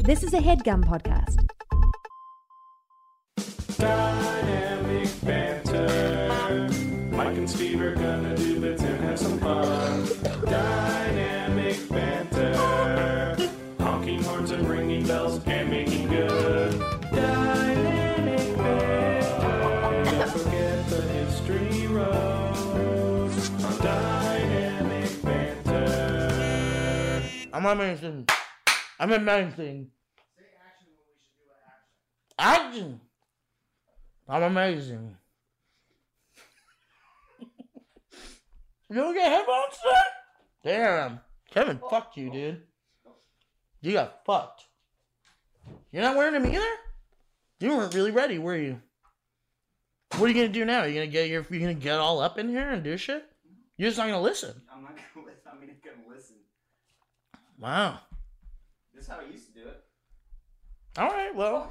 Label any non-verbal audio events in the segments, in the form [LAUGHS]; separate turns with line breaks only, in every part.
This is a headgum podcast.
Dynamic banter. Mike and Steve are gonna do bits and have some fun. Dynamic banter. Honking horns and ringing bells and making good. Dynamic banter. Don't forget the history rows on dynamic banter.
I'm not mentioning. I'm not mentioning. Say action when we should do an action. Action. I'm amazing. [LAUGHS] you don't get headphones, sir? Damn. Kevin fucked you, dude. You got fucked. You're not wearing them either? You weren't really ready, were you? What are you gonna do now? Are you gonna get your you gonna get all up in here and do shit? You're just not gonna listen.
I'm not gonna [LAUGHS] listen. I'm not gonna listen.
Wow.
This is how I used to do it.
Alright, well.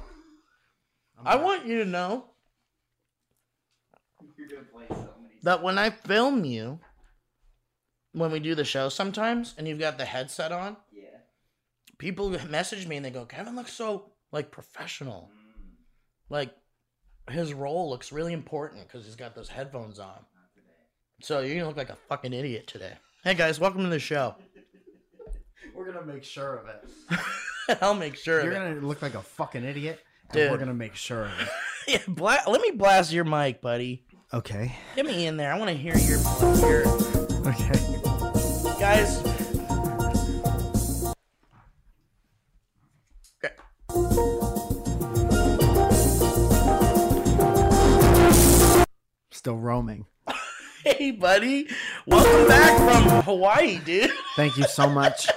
I want you to know
You're gonna play so many.
that when I film you, when we do the show sometimes, and you've got the headset on,
Yeah.
people message me and they go, "Kevin looks so like professional.
Mm,
Like his role looks really important because he's got those headphones on."
not today.
So you're gonna look like a fucking idiot today. Hey guys, welcome to the show. [LAUGHS]
We're gonna make sure of it.
I'll make sure.
You're
of it.
gonna look like a fucking idiot, and
Dude.
we're gonna make sure of it.
[LAUGHS] Yeah, bla- let me blast your mic, buddy.
Okay.
Get me in there. I want to hear your, your
Okay.
guys. Okay.
Still roaming.
Hey, buddy. Welcome back from Hawaii, dude.
Thank you so much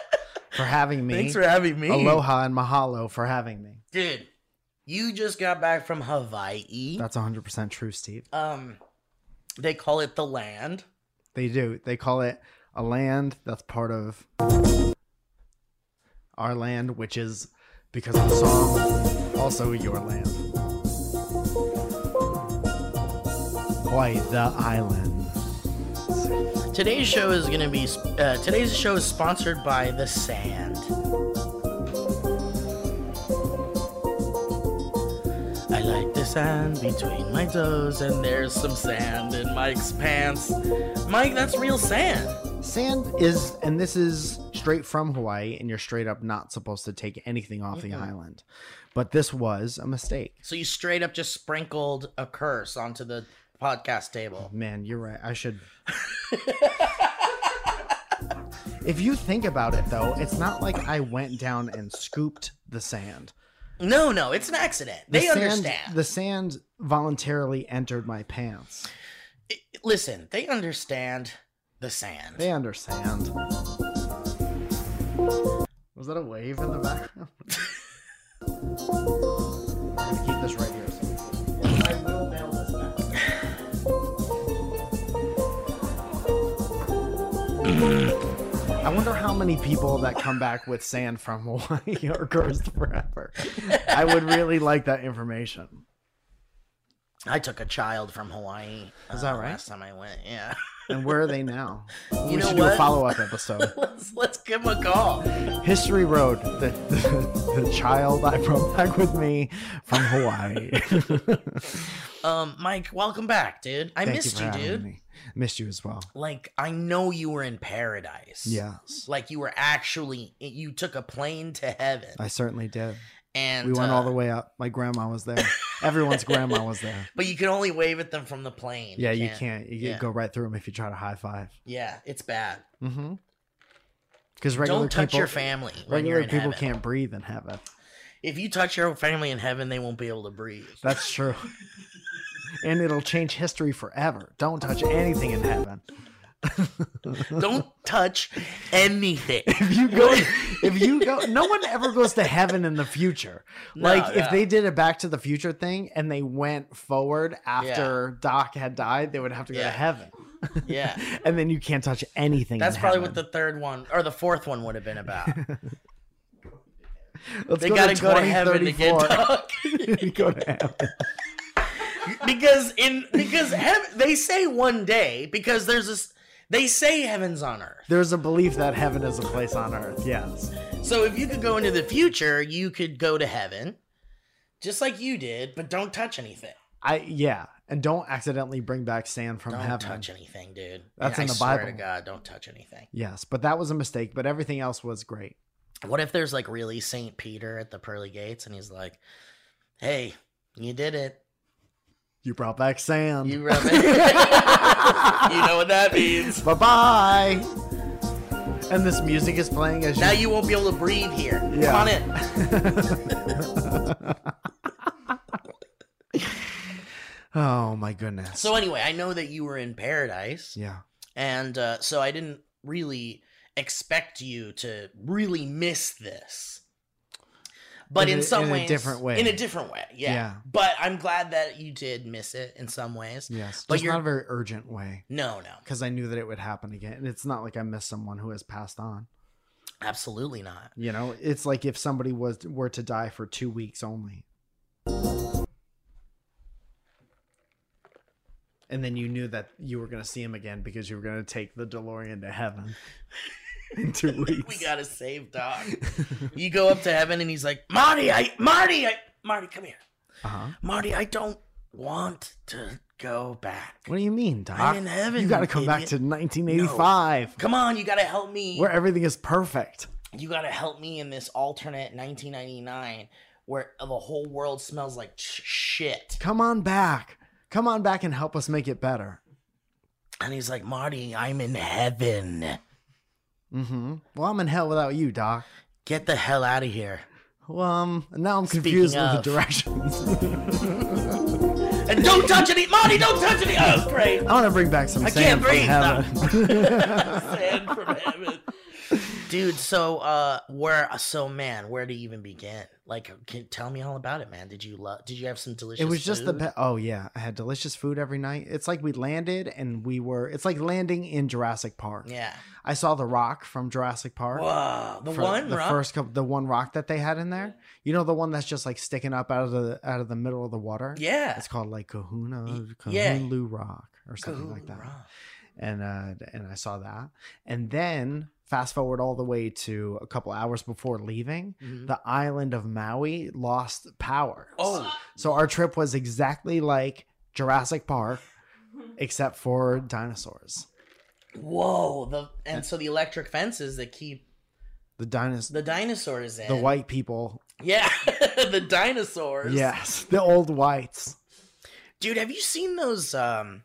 for having me.
Thanks for having me.
Aloha and mahalo for having me.
Dude, you just got back from Hawaii.
That's 100% true, Steve.
Um, they call it the land.
They do. They call it a land that's part of our land, which is because of the song, also your land. Hawaii, the island.
Today's show is going to be, uh, today's show is sponsored by The Sand. I like the sand between my toes, and there's some sand in Mike's pants. Mike, that's real sand.
Sand is, and this is straight from Hawaii, and you're straight up not supposed to take anything off the island. But this was a mistake.
So you straight up just sprinkled a curse onto the podcast table.
Man, you're right.
[LAUGHS]
I should. if you think about it, though, it's not like I went down and scooped the sand.
No, no, it's an accident.
The
They
sand,
understand.
The sand voluntarily entered my pants.
I- Listen, they understand the sand.
They understand. Was that a wave in the background? [LAUGHS] I'm gonna keep this right here. so-
I will mail this back.
I wonder how many people that come back with sand from Hawaii [LAUGHS] are cursed forever. I would really like that information.
I took a child from Hawaii. uh,
Is that right?
Last time I went, yeah.
And where are they now? we
know
should do
what?
a follow up episode.
[LAUGHS] let's let's give them a call.
History Road, the, the, the child I brought back with me from
[LAUGHS]
Hawaii.
Um, Mike, welcome back, dude. I
Thank
missed
for
you,
having
dude.
Me. Missed you as well.
Like I know you were in paradise.
Yes,
Like you were actually you took a plane to heaven.
I certainly did.
and
We went
uh,
all the way up. My grandma was there. Everyone's grandma
[LAUGHS]
was there.
But you can only wave at them from the plane.
Yeah, you can't. You
yeah.
go right through them if you try to high five.
Yeah, it's bad.
Mm-hmm. Because regular
Don't touch
people,
your family when you're
regular
in
people
heaven.
can't breathe in heaven.
If you touch your family in heaven, they won't be able to
[LAUGHS]
breathe.
That's
[LAUGHS]
true. and it'll change history forever. Don't touch anything in heaven.
Don't touch anything.
[LAUGHS] If you go, if you go, no one ever goes to heaven in the future.
No,
like
no.
if they did a Back to the Future thing and they went forward after Doc had died, they would have to go
Yeah.
to heaven. [LAUGHS]
Yeah.
And then you can't touch anything.
That's
in
probably
heaven.
what the third one or the fourth one would have been
[LAUGHS]
about.
Let's
They
go
gotta go to heaven to get [LAUGHS]
2034.
dog.
[LAUGHS] go to heaven.
because in because heaven, they say one day because there's this They say heaven's on earth.
There's a belief that heaven is a place on earth. Yes.
So if you could go into the future, you could go to heaven, just like you did, but don't touch anything.
I yeah, and don't accidentally bring back sand from
don't
heaven.
touch anything, dude.
That's
I
in the
swear
Bible.
To God, don't touch anything.
Yes, but that was a mistake. But everything else was great.
What if there's like really Saint Peter at the pearly gates, and he's like, "Hey, you did it.
You brought back sand.
You rub
[LAUGHS]
it. you know what that means.
Bye bye. And this music is playing as
Now
you.
you won't be able to breathe here.
Yeah.
Come on in.
oh my goodness.
So anyway, I know that you were in paradise,
yeah.
and uh, so I didn't really expect you to really miss this. But
In
in,
a-
some
in a
ways,
different way.
In a different way, yeah.
Yeah.
But I'm glad that you did miss it in some ways.
Yes.
But
But
you're-
not a very urgent way
No, no,
because I knew that it would happen again. And it's not like I missed someone who has passed on.
absolutely not.
You know, it's like if somebody was were to die for two weeks only. And then you knew that you were going to see him again because you were going to take the DeLorean to heaven [LAUGHS] in two
[LAUGHS]
weeks.
We gotta save
[LAUGHS]
Doc. you go up to heaven, and he's like, "Marty, I, Marty, I, Marty, come here,
uh-huh.
Marty, I don't want to go back.
What do you mean, Doc?
I'm in heaven.
you got to come back
idiot.
to 1985
Come on, you gotta help me.
where everything is perfect.
you gotta help me in this alternate 1999 where the whole world smells like sh- shit.
Come on back. Come on back and help us make it better.
And he's like, Marty, I'm in heaven.
Mm-hmm. Well, I'm in hell without you, Doc.
Get the hell out of here.
Well, um, now I'm
Speaking
confused
of.
with the directions. [LAUGHS]
And don't touch any, Marty, don't touch any. Oh, great.
I want to bring back some
I can't
sand
breathe.
from heaven.
Sand from heaven. Dude, so uh, where? So man, where to even begin? Like, can, tell me all about it, man. Did you love? Did you have some delicious?
[LAUGHS] it was just the
food?
be- oh yeah, I had delicious food every night. It's like we landed and we were. It's like landing in Jurassic Park.
Yeah.
I saw the rock from Jurassic Park.
Whoa, the
for
one,
the
rock?
first couple, the one rock that they had in there. You know the one that's just like sticking up out of the out of the middle of the water.
Yeah.
It's called like Kahuna,
Y- yeah.
Kahulu Rock or something like
Cool
that.
rock.
and uh, and I saw that. And then fast forward all the way to a couple hours before leaving,
Mhm.
the island of Maui lost power.
Oh,
so our trip was exactly like Jurassic Park, except for dinosaurs.
Whoa! The and so the electric fences that keep
The dinosaurs,
the dinosaurs in.
the white people.
Yeah, [LAUGHS] the dinosaurs.
Yes, the old whites.
dude, have you seen those um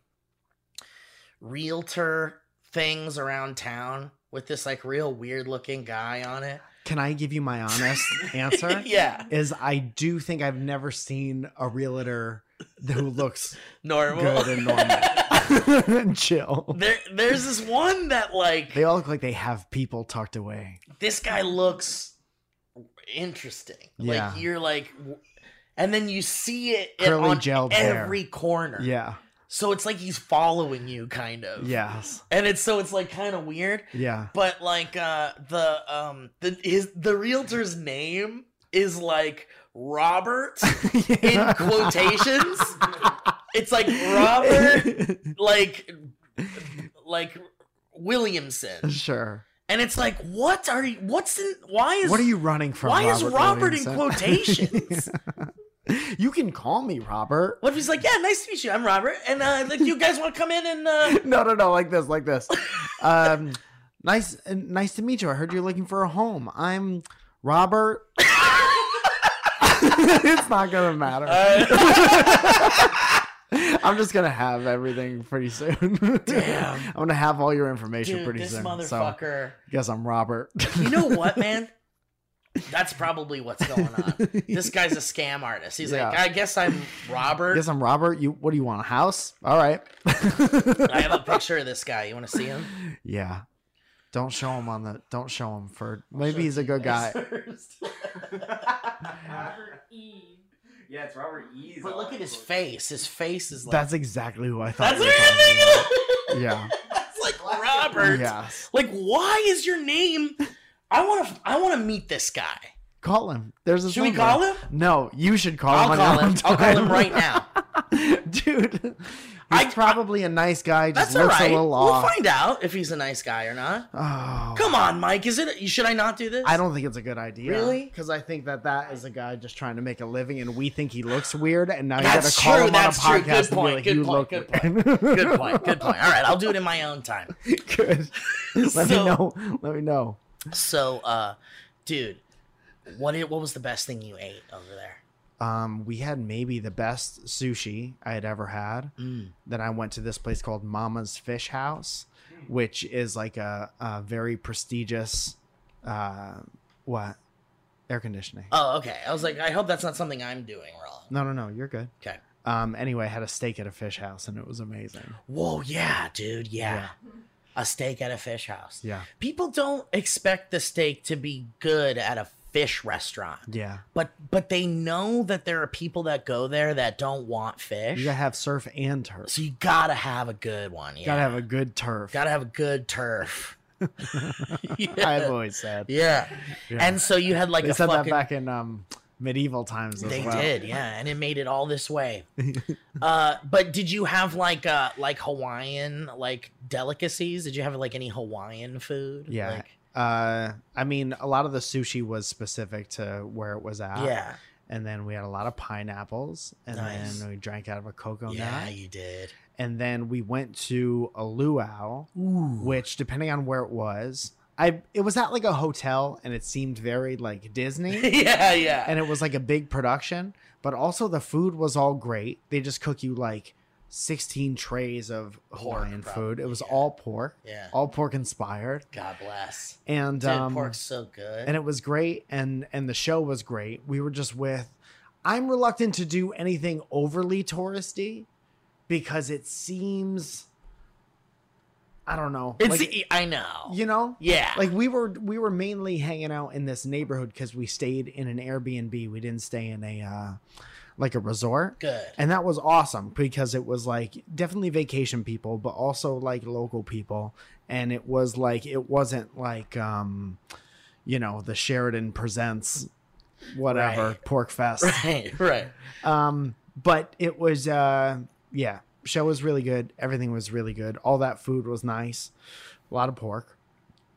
realtor things around town with this like real weird looking guy on it?
Can I give you my honest
[LAUGHS]
answer?
yeah,
Is I do think I've never seen a realtor who looks
normal.
good and normal [LAUGHS] and chill.
[LAUGHS] there, there's this one that like
They all look like they have people tucked away.
this guy looks interesting.
Yeah.
Like you're like, w- and then you see it in-
Curly
on
gelled hair.
every corner.
Yeah.
So it's like he's following you, kind of.
Yes.
And it's so it's like kind of weird,
Yeah.
but like uh the um the his the realtor's name is like Robert [LAUGHS] in
[LAUGHS]
quotations. it's like Robert like like Williamson,
sure.
and it's like what are you? What's in? Why is
What are you running from?
why is Robert in
Williamson? [LAUGHS]
quotations?
you can call me Robert.
What if he's like, yeah, nice to meet you. I'm Robert, and uh, like you guys want to come in and
[LAUGHS]
uh,
No, no, no. Like this. Like
[LAUGHS]
this. Um, nice. uh, Nice to meet you. I heard you're looking for a home. I'm
[LAUGHS]
Robert. [LAUGHS] it's not gonna matter. [LAUGHS] I'm just gonna have everything pretty soon. [LAUGHS]
Damn.
I'm gonna have all your information
dude,
pretty
this
soon. So
motherfucker.
guess I'm Robert.
You
[LAUGHS]
know what, man? That's probably what's going on. This guy's a scam artist. He's like,
Yeah.
I guess I'm Robert.
Guess I'm Robert. You what do you want? A house? All right.
I have a picture of this guy. You want to see him?
[LAUGHS] yeah. Don't show him on the don't show him for maybe he's a good guy.
[LAUGHS]
[LAUGHS] Robert E. Yeah, it's Robert E. E's.
But
all
look at his
right.
face. His face is like
That's exactly who I thought.
that's
you
what
were
I'm
talking
thinking
about. Yeah.
of. That's like Robert.
Yes.
Like, why is your name? I want to. I want to meet this guy.
Call him. There's a
Should we call him?
No, you should call
I'll
him. on
call
your
him.
own
I'll call him
time.
right now.
Dude.
I-
He's probably a nice guy. [LAUGHS] Just
That's all
looks
right.
a little
We'll
off.
find out if he's a nice guy or not.
oh,
Come on, Mike. Is it? Should I not do this?
I don't think it's a good idea.
Really?
Because I think that that is a guy just trying to make a living, and we think he looks weird, and now you got
That's
to call
true,
him on a
that's true. Good
podcast
point,
and
good
be like, "You
point,
look
good
weird."
Good point. Good point. All right, I'll do it in my own time.
[LAUGHS] Good. Let
so,
me know. Let me know.
So, uh, dude, what i- what was the best thing you ate over there?
Um, we had maybe the best sushi I had ever had.
Mm.
Then I went to this place called Mama's Fish House, which is like a, a very prestigious, uh, what, air conditioning.
Oh, okay. I was like, I hope that's not something I'm doing wrong.
No, no, no. You're good.
Okay.
Um. Anyway, I had a steak at a fish house, and it was amazing.
Whoa, yeah, dude, yeah. A steak at a fish house.
Yeah.
People don't expect the steak to be good at a fish restaurant.
Yeah.
But but they know that there are people that go there that don't want fish.
You gotta have surf and turf.
So you gotta have a good one. Yeah.
Gotta have a good turf.
Gotta have a good turf. yeah.
[LAUGHS] I've always said.
yeah.
Yeah.
And so you had like
they
a
said
fucking
that back in um medieval times as
They
well.
did, yeah, and it made it all this
[LAUGHS]
way. uh, but did you have like uh like Hawaiian like delicacies? Did you have like any Hawaiian food?
Yeah.
Like,
Uh, I mean, a lot of the sushi was specific to where it was at.
yeah.
And then we had a lot of pineapples, and
Nice.
then we drank out of a cocoa
yeah,
nut,
you did.
and then we went to a luau,
Ooh.
which depending on where it was, I it was at like a hotel, and it seemed very like
[LAUGHS]
Disney.
yeah, yeah.
and it was like a big production but also the food was all great they just cook you like 16 trays of
Pork,
hawaiian food
probably,
it was
yeah.
all pork
yeah.
all pork inspired
God bless.
and
Dude,
um
pork's so good.
and it was great and and the show was great we were just with i'm reluctant to do anything overly touristy because it seems i don't know
it's
like,
e- I know.
you know
yeah.
like we were we were mainly hanging out in this neighborhood because we stayed in an airbnb we didn't stay in a uh like a resort
good.
and that was awesome because it was like definitely vacation people but also like local people and it was like it wasn't like um you know the sheridan presents whatever
Right.
pork fest
[LAUGHS] right, right.
um but it was uh yeah show was really good everything was really good all that food was nice a lot of pork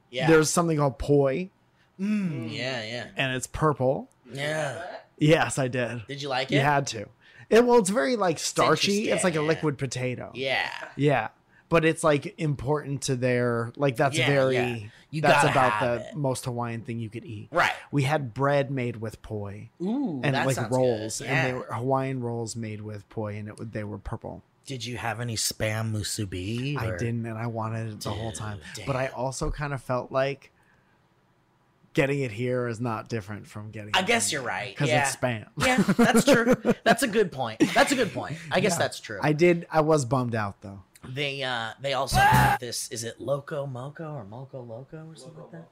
Yeah.
there's something called poi
Mm, yeah, yeah.
and it's purple.
Yeah.
Yes, I did.
Did you like it?
You had to. It, well, it's very like starchy.
interesting,
It's like a
yeah.
liquid potato.
Yeah.
Yeah. But it's like important to their like that's
Yeah,
very
yeah. You
that's
gotta
about
have
the
it.
most Hawaiian thing you could eat.
Right.
We had bread made with poi
Ooh.
and
that
like
sounds
rolls,
good.
and
Yeah.
they were Hawaiian rolls made with poi, and it would they were purple.
Did you have any spam musubi?
I
or-
didn't, and I wanted it the whole
Dude,
time, but I
damn.
also kind of felt like getting it here is not different from getting.
I
it
guess
in
you're
there,
right.
'cause
Yeah.
it's spam.
[LAUGHS] Yeah, that's true. That's a good point. That's a good point. I guess
Yeah.
that's true.
I did. I was bummed out though.
they uh they also have this is it Loco Moco or Moco Loco or something like that?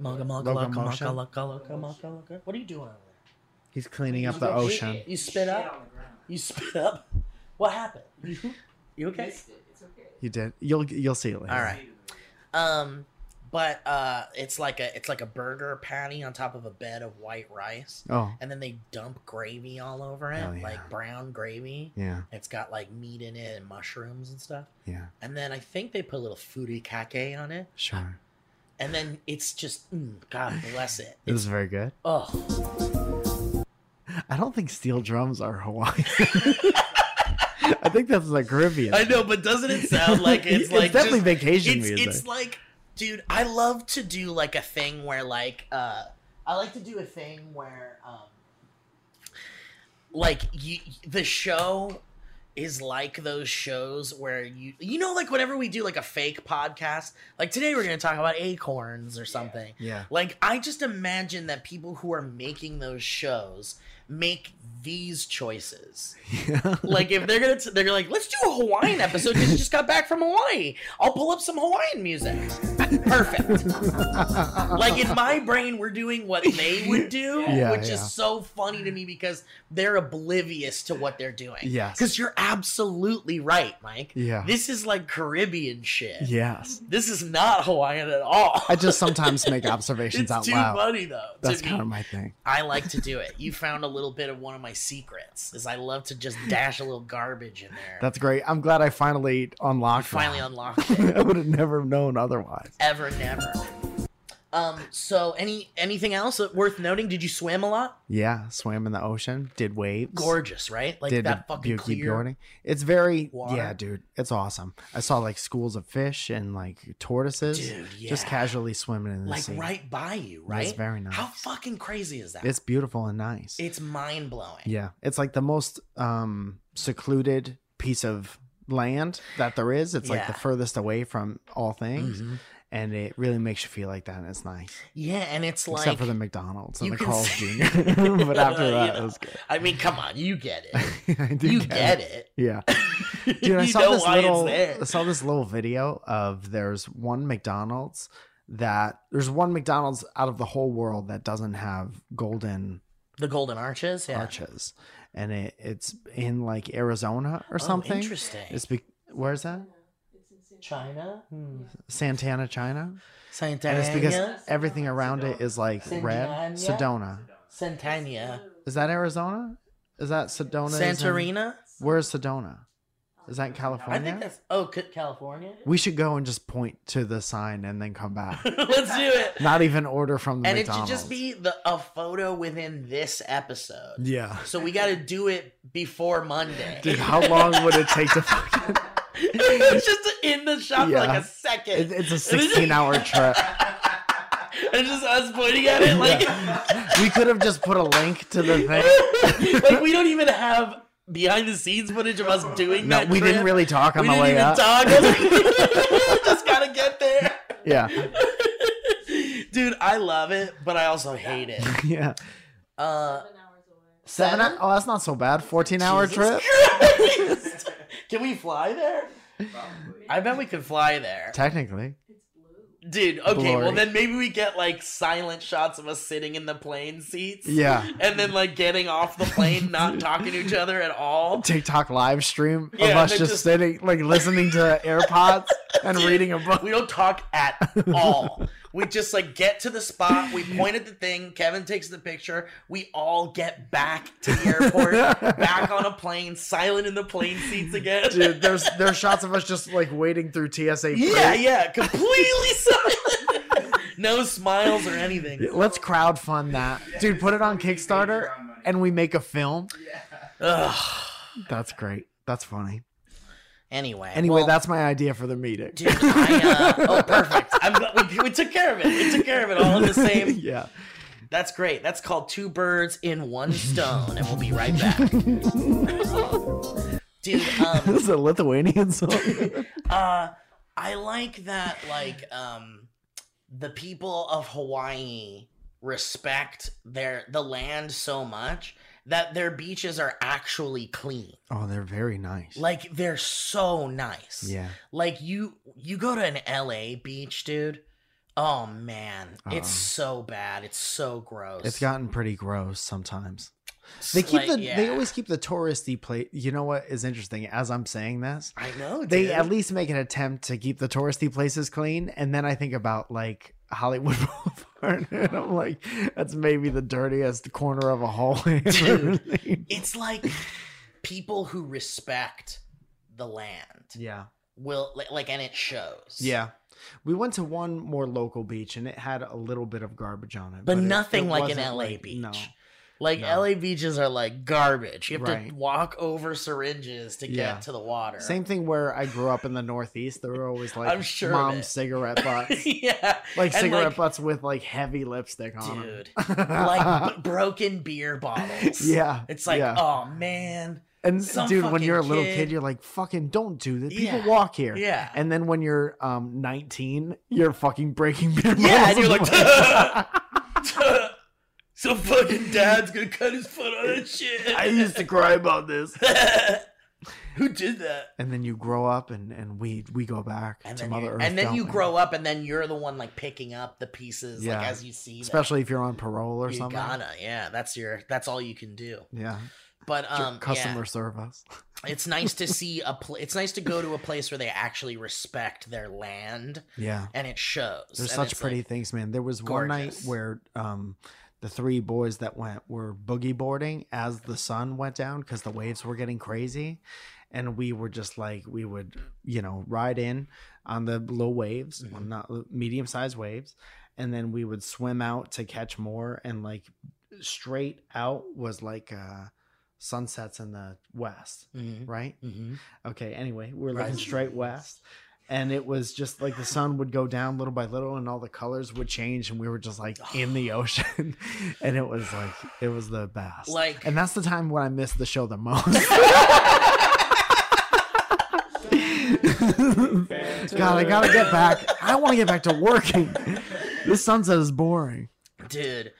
Moco Moco Loco Moco
Locomotion?
Loco Loco Moco Loco. What are you doing over there?
He's cleaning up the ocean.
You spit up? You spit up? [LAUGHS] What happened? You- You okay?
You did. You'll you'll see it later.
All right. Um but uh it's like a it's like a burger patty on top of a bed of white rice
Oh
and then they dump gravy all over it,
Oh, yeah.
like brown gravy.
yeah,
It's got like meat in it and mushrooms and stuff.
yeah,
And then I think they put a little furikake on it.
sure.
And then it's just, mm, God bless it.
This is very good.
Oh,
I don't think steel drums are Hawaiian. [LAUGHS] I think that's like Caribbean.
I know, but doesn't it sound like [LAUGHS]
[LAUGHS]
it's,
it's
like
definitely
just,
vacation
it's,
music.
it's like, dude, I love to do like a thing where like, uh, I like to do a thing where, um, like you, the show is like those shows where you, you know, like whenever we do like a fake podcast, like today we're going to talk about acorns or something.
yeah,
Like I just imagine that people who are making those shows make these choices.
yeah. [LAUGHS]
Like if they're gonna, t- they're like, let's do a Hawaiian episode because you just got back from Hawaii. I'll pull up some Hawaiian music. Perfect. Like in my brain, we're doing what they would do,
[LAUGHS] Yeah,
which
yeah.
is so funny to me because they're oblivious to what they're doing.
Yes.
Because you're absolutely right, Mike.
Yeah.
This is like Caribbean shit.
yes.
This is not Hawaiian at all.
I just
[LAUGHS]
sometimes make observations
it's
out
too
loud.
funny though. to
That's
me.
[LAUGHS] kind of my thing.
I like to do it. You found a little bit of one of my secrets. Is I love to just dash a little garbage in there.
That's great. I'm glad I finally unlocked.
finally
that.
unlocked
[LAUGHS]
it.
I would have never known otherwise.
Ever never. Um. So any anything else worth noting? Did you swim a lot?
Yeah, swam in the ocean, did waves,
Gorgeous, right? Like
did
that fucking
Buki
clear.
boarding. It's very
water.
yeah, dude. It's awesome. I saw like schools of fish and like tortoises
Dude, yeah.
just casually swimming in the
like
sea.
right by you,
It was
right?
very nice.
How fucking crazy is that?
It's beautiful and nice.
It's mind blowing.
yeah, it's like the most um secluded piece of land that there is. It's like the
Yeah. Mm-hmm.
furthest away from all things, and it really makes you feel like that. And it's nice,
Yeah, and it's like
except for the McDonald's and
you
the
can
Carl's
see-
Jr. [LAUGHS] but
[LAUGHS]
after
You
that, it
know.
was good.
I mean, come on, you get it.
[LAUGHS] I did
you get it. [LAUGHS]
Yeah. [LAUGHS] Dude, I
you
saw
know
this
why
little
it's
I
there.
saw this little video of there's one McDonald's that there's one McDonald's out of the whole world that doesn't have golden
The golden arches, yeah.
arches. And it, it's in like Arizona or
Oh,
something.
interesting.
It's be- where's that?
China, hmm.
Santana, China. And
Santana,
it's because everything around it is like red.
Santana?
Sedona.
Santania,
Is that Arizona? Is that Sedona? is in-
Santorina.
where's Sedona? Is that in
I
California?
think that's oh, C- California. [LAUGHS]
We should go and just point to the sign and then come back. [LAUGHS]
Let's do it.
Not even order from the
And it should
McDonald's.
just be the a photo within this episode.
yeah.
So we got to do it before Monday. [LAUGHS]
Dude, how long would it take to fucking? [LAUGHS]
it's just in the shop for
Yeah.
like a second. [LAUGHS]
It, it's a 16 hour trip.
It's just us pointing at it like,
We could have just put a link
[LAUGHS]
to the thing.
like we don't even have behind the scenes footage of us doing
No,
that.
we didn't
trip.
really talk on
We
the
didn't
way
even
up.
talk. I was
[LAUGHS]
like, [LAUGHS] just gotta get there. [LAUGHS]
Yeah,
Dude, I love it, but I also hate it.
yeah.
Uh,
Seven. hou- Oh, that's not so bad. 14 hour
Jesus
trip.
Christ. [LAUGHS] Can we fly there?
Probably.
I bet we could fly there.
Technically,
Dude, okay, well
Glory.
then maybe we get like silent shots of us sitting in the plane seats.
yeah.
And then like getting off the plane,
[LAUGHS]
not talking to each other at all.
TikTok live stream of
Yeah,
us
they
just,
just-
sitting, like listening to AirPods
[LAUGHS]
and reading a book.
We don't talk at all. We just like get to the spot, we point at the thing, Kevin takes the picture, we all get back to the airport,
[LAUGHS]
back on a plane, silent in the plane seats again.
Dude, there's there's shots of us just like wading through TSA.
yeah, yeah, [LAUGHS] completely silent. no smiles or anything.
Let's crowdfund that. Dude, put it on Kickstarter
Patreon money.
and we make a film.
Ugh.
That's great. That's funny.
Anyway.
Anyway,
well-
that's my idea for the meeting.
Dude, I, uh, oh, perfect. I'm glad we, we took care of it. We took care of it all in the same.
[LAUGHS] yeah.
That's great. That's called Two Birds in One Stone, and we'll be right back. [LAUGHS] Dude, um,
This is a Lithuanian song.
[LAUGHS] uh, I like that, like, um, the people of Hawaii respect their the land so much that their beaches are actually clean.
oh, they're very nice.
Like they're so nice.
yeah.
Like you you go to an LA beach, dude. Oh man,
Uh-uh.
it's so bad. It's so gross.
It's gotten pretty gross sometimes.
It's
They keep
like-
the they
yeah.
always keep the touristy place. You know what is interesting as I'm saying this?
I know. Dude.
They at least make an attempt to keep the touristy places clean and then I think about like Hollywood [LAUGHS] Boulevard, and I'm like, that's maybe the dirtiest corner of a [LAUGHS] hallway. I've ever seen.
It's like
[SIGHS]
people who respect the land
yeah,
will li- like, and it shows.
yeah. We went to one more local beach, and it had a little bit of garbage on it,
But
it-
nothing
it
like an
wasn't,
LA
like-
beach.
No,
Like
No.
LA beaches are like garbage. You have
Right.
to walk over syringes to get
Yeah.
to the water.
same thing where I grew up in the Northeast. There were always like
[LAUGHS] I'm sure of
mom
it. [LAUGHS]
cigarette
[LAUGHS]
butts,
yeah.
like
And,
cigarette
like-
butts with like heavy lipstick on
Dude.
[LAUGHS] them.
like b- broken beer bottles.
yeah,
It's like,
yeah.
oh
[LAUGHS]
man.
And
Some
dude, when
fucking
you're a little
kid-
kid, you're like, fucking don't do this. People
Yeah.
walk here.
Yeah.
And then when you're um 19, you're fucking breaking [LAUGHS] beer
Yeah, and
bottles
you're
with
like, [LAUGHS] some fucking dad's gonna cut his foot on that shit.
[LAUGHS] I used to cry about this.
[LAUGHS] Who did that?
[LAUGHS] And then you grow up and, and we we go back
And
to
then,
Mother
you-
Earth.
and then
don't
you
we?
grow up, and then you're the one like picking up the pieces, like
Yeah.
as you see. them.
Especially if you're on parole or
you
something.
gotta, yeah. That's your. That's all you can do.
Yeah.
But um,
customer [LAUGHS]
yeah,
service.
it's nice to see a. Pl- it's nice to go to a place where they actually respect their land,
Yeah.
and it shows.
There's
and
such
it's like-
pretty things, man. There was one night
gorgeous.
where um, the three boys that went were boogie boarding as the sun went down because the waves were getting crazy. And we were just like, we would, you know, ride in on the low waves, well,
Mm-hmm.
not medium sized waves. And then we would swim out to catch more. And like straight out was like uh, sunsets in the west,
Mhm,
right?
mhm.
Okay, anyway, we're looking
Right.
straight west. And it was just like the sun would go down little by little and all the colors would change and we were just like
[SIGHS]
in the ocean. [LAUGHS] and it was like it was the best.
Like-
and that's the time when I missed the show
[LAUGHS]
the most. [LAUGHS] God, I gotta get back. I wanna get back to working.
[LAUGHS]
This sunset is boring.
dude.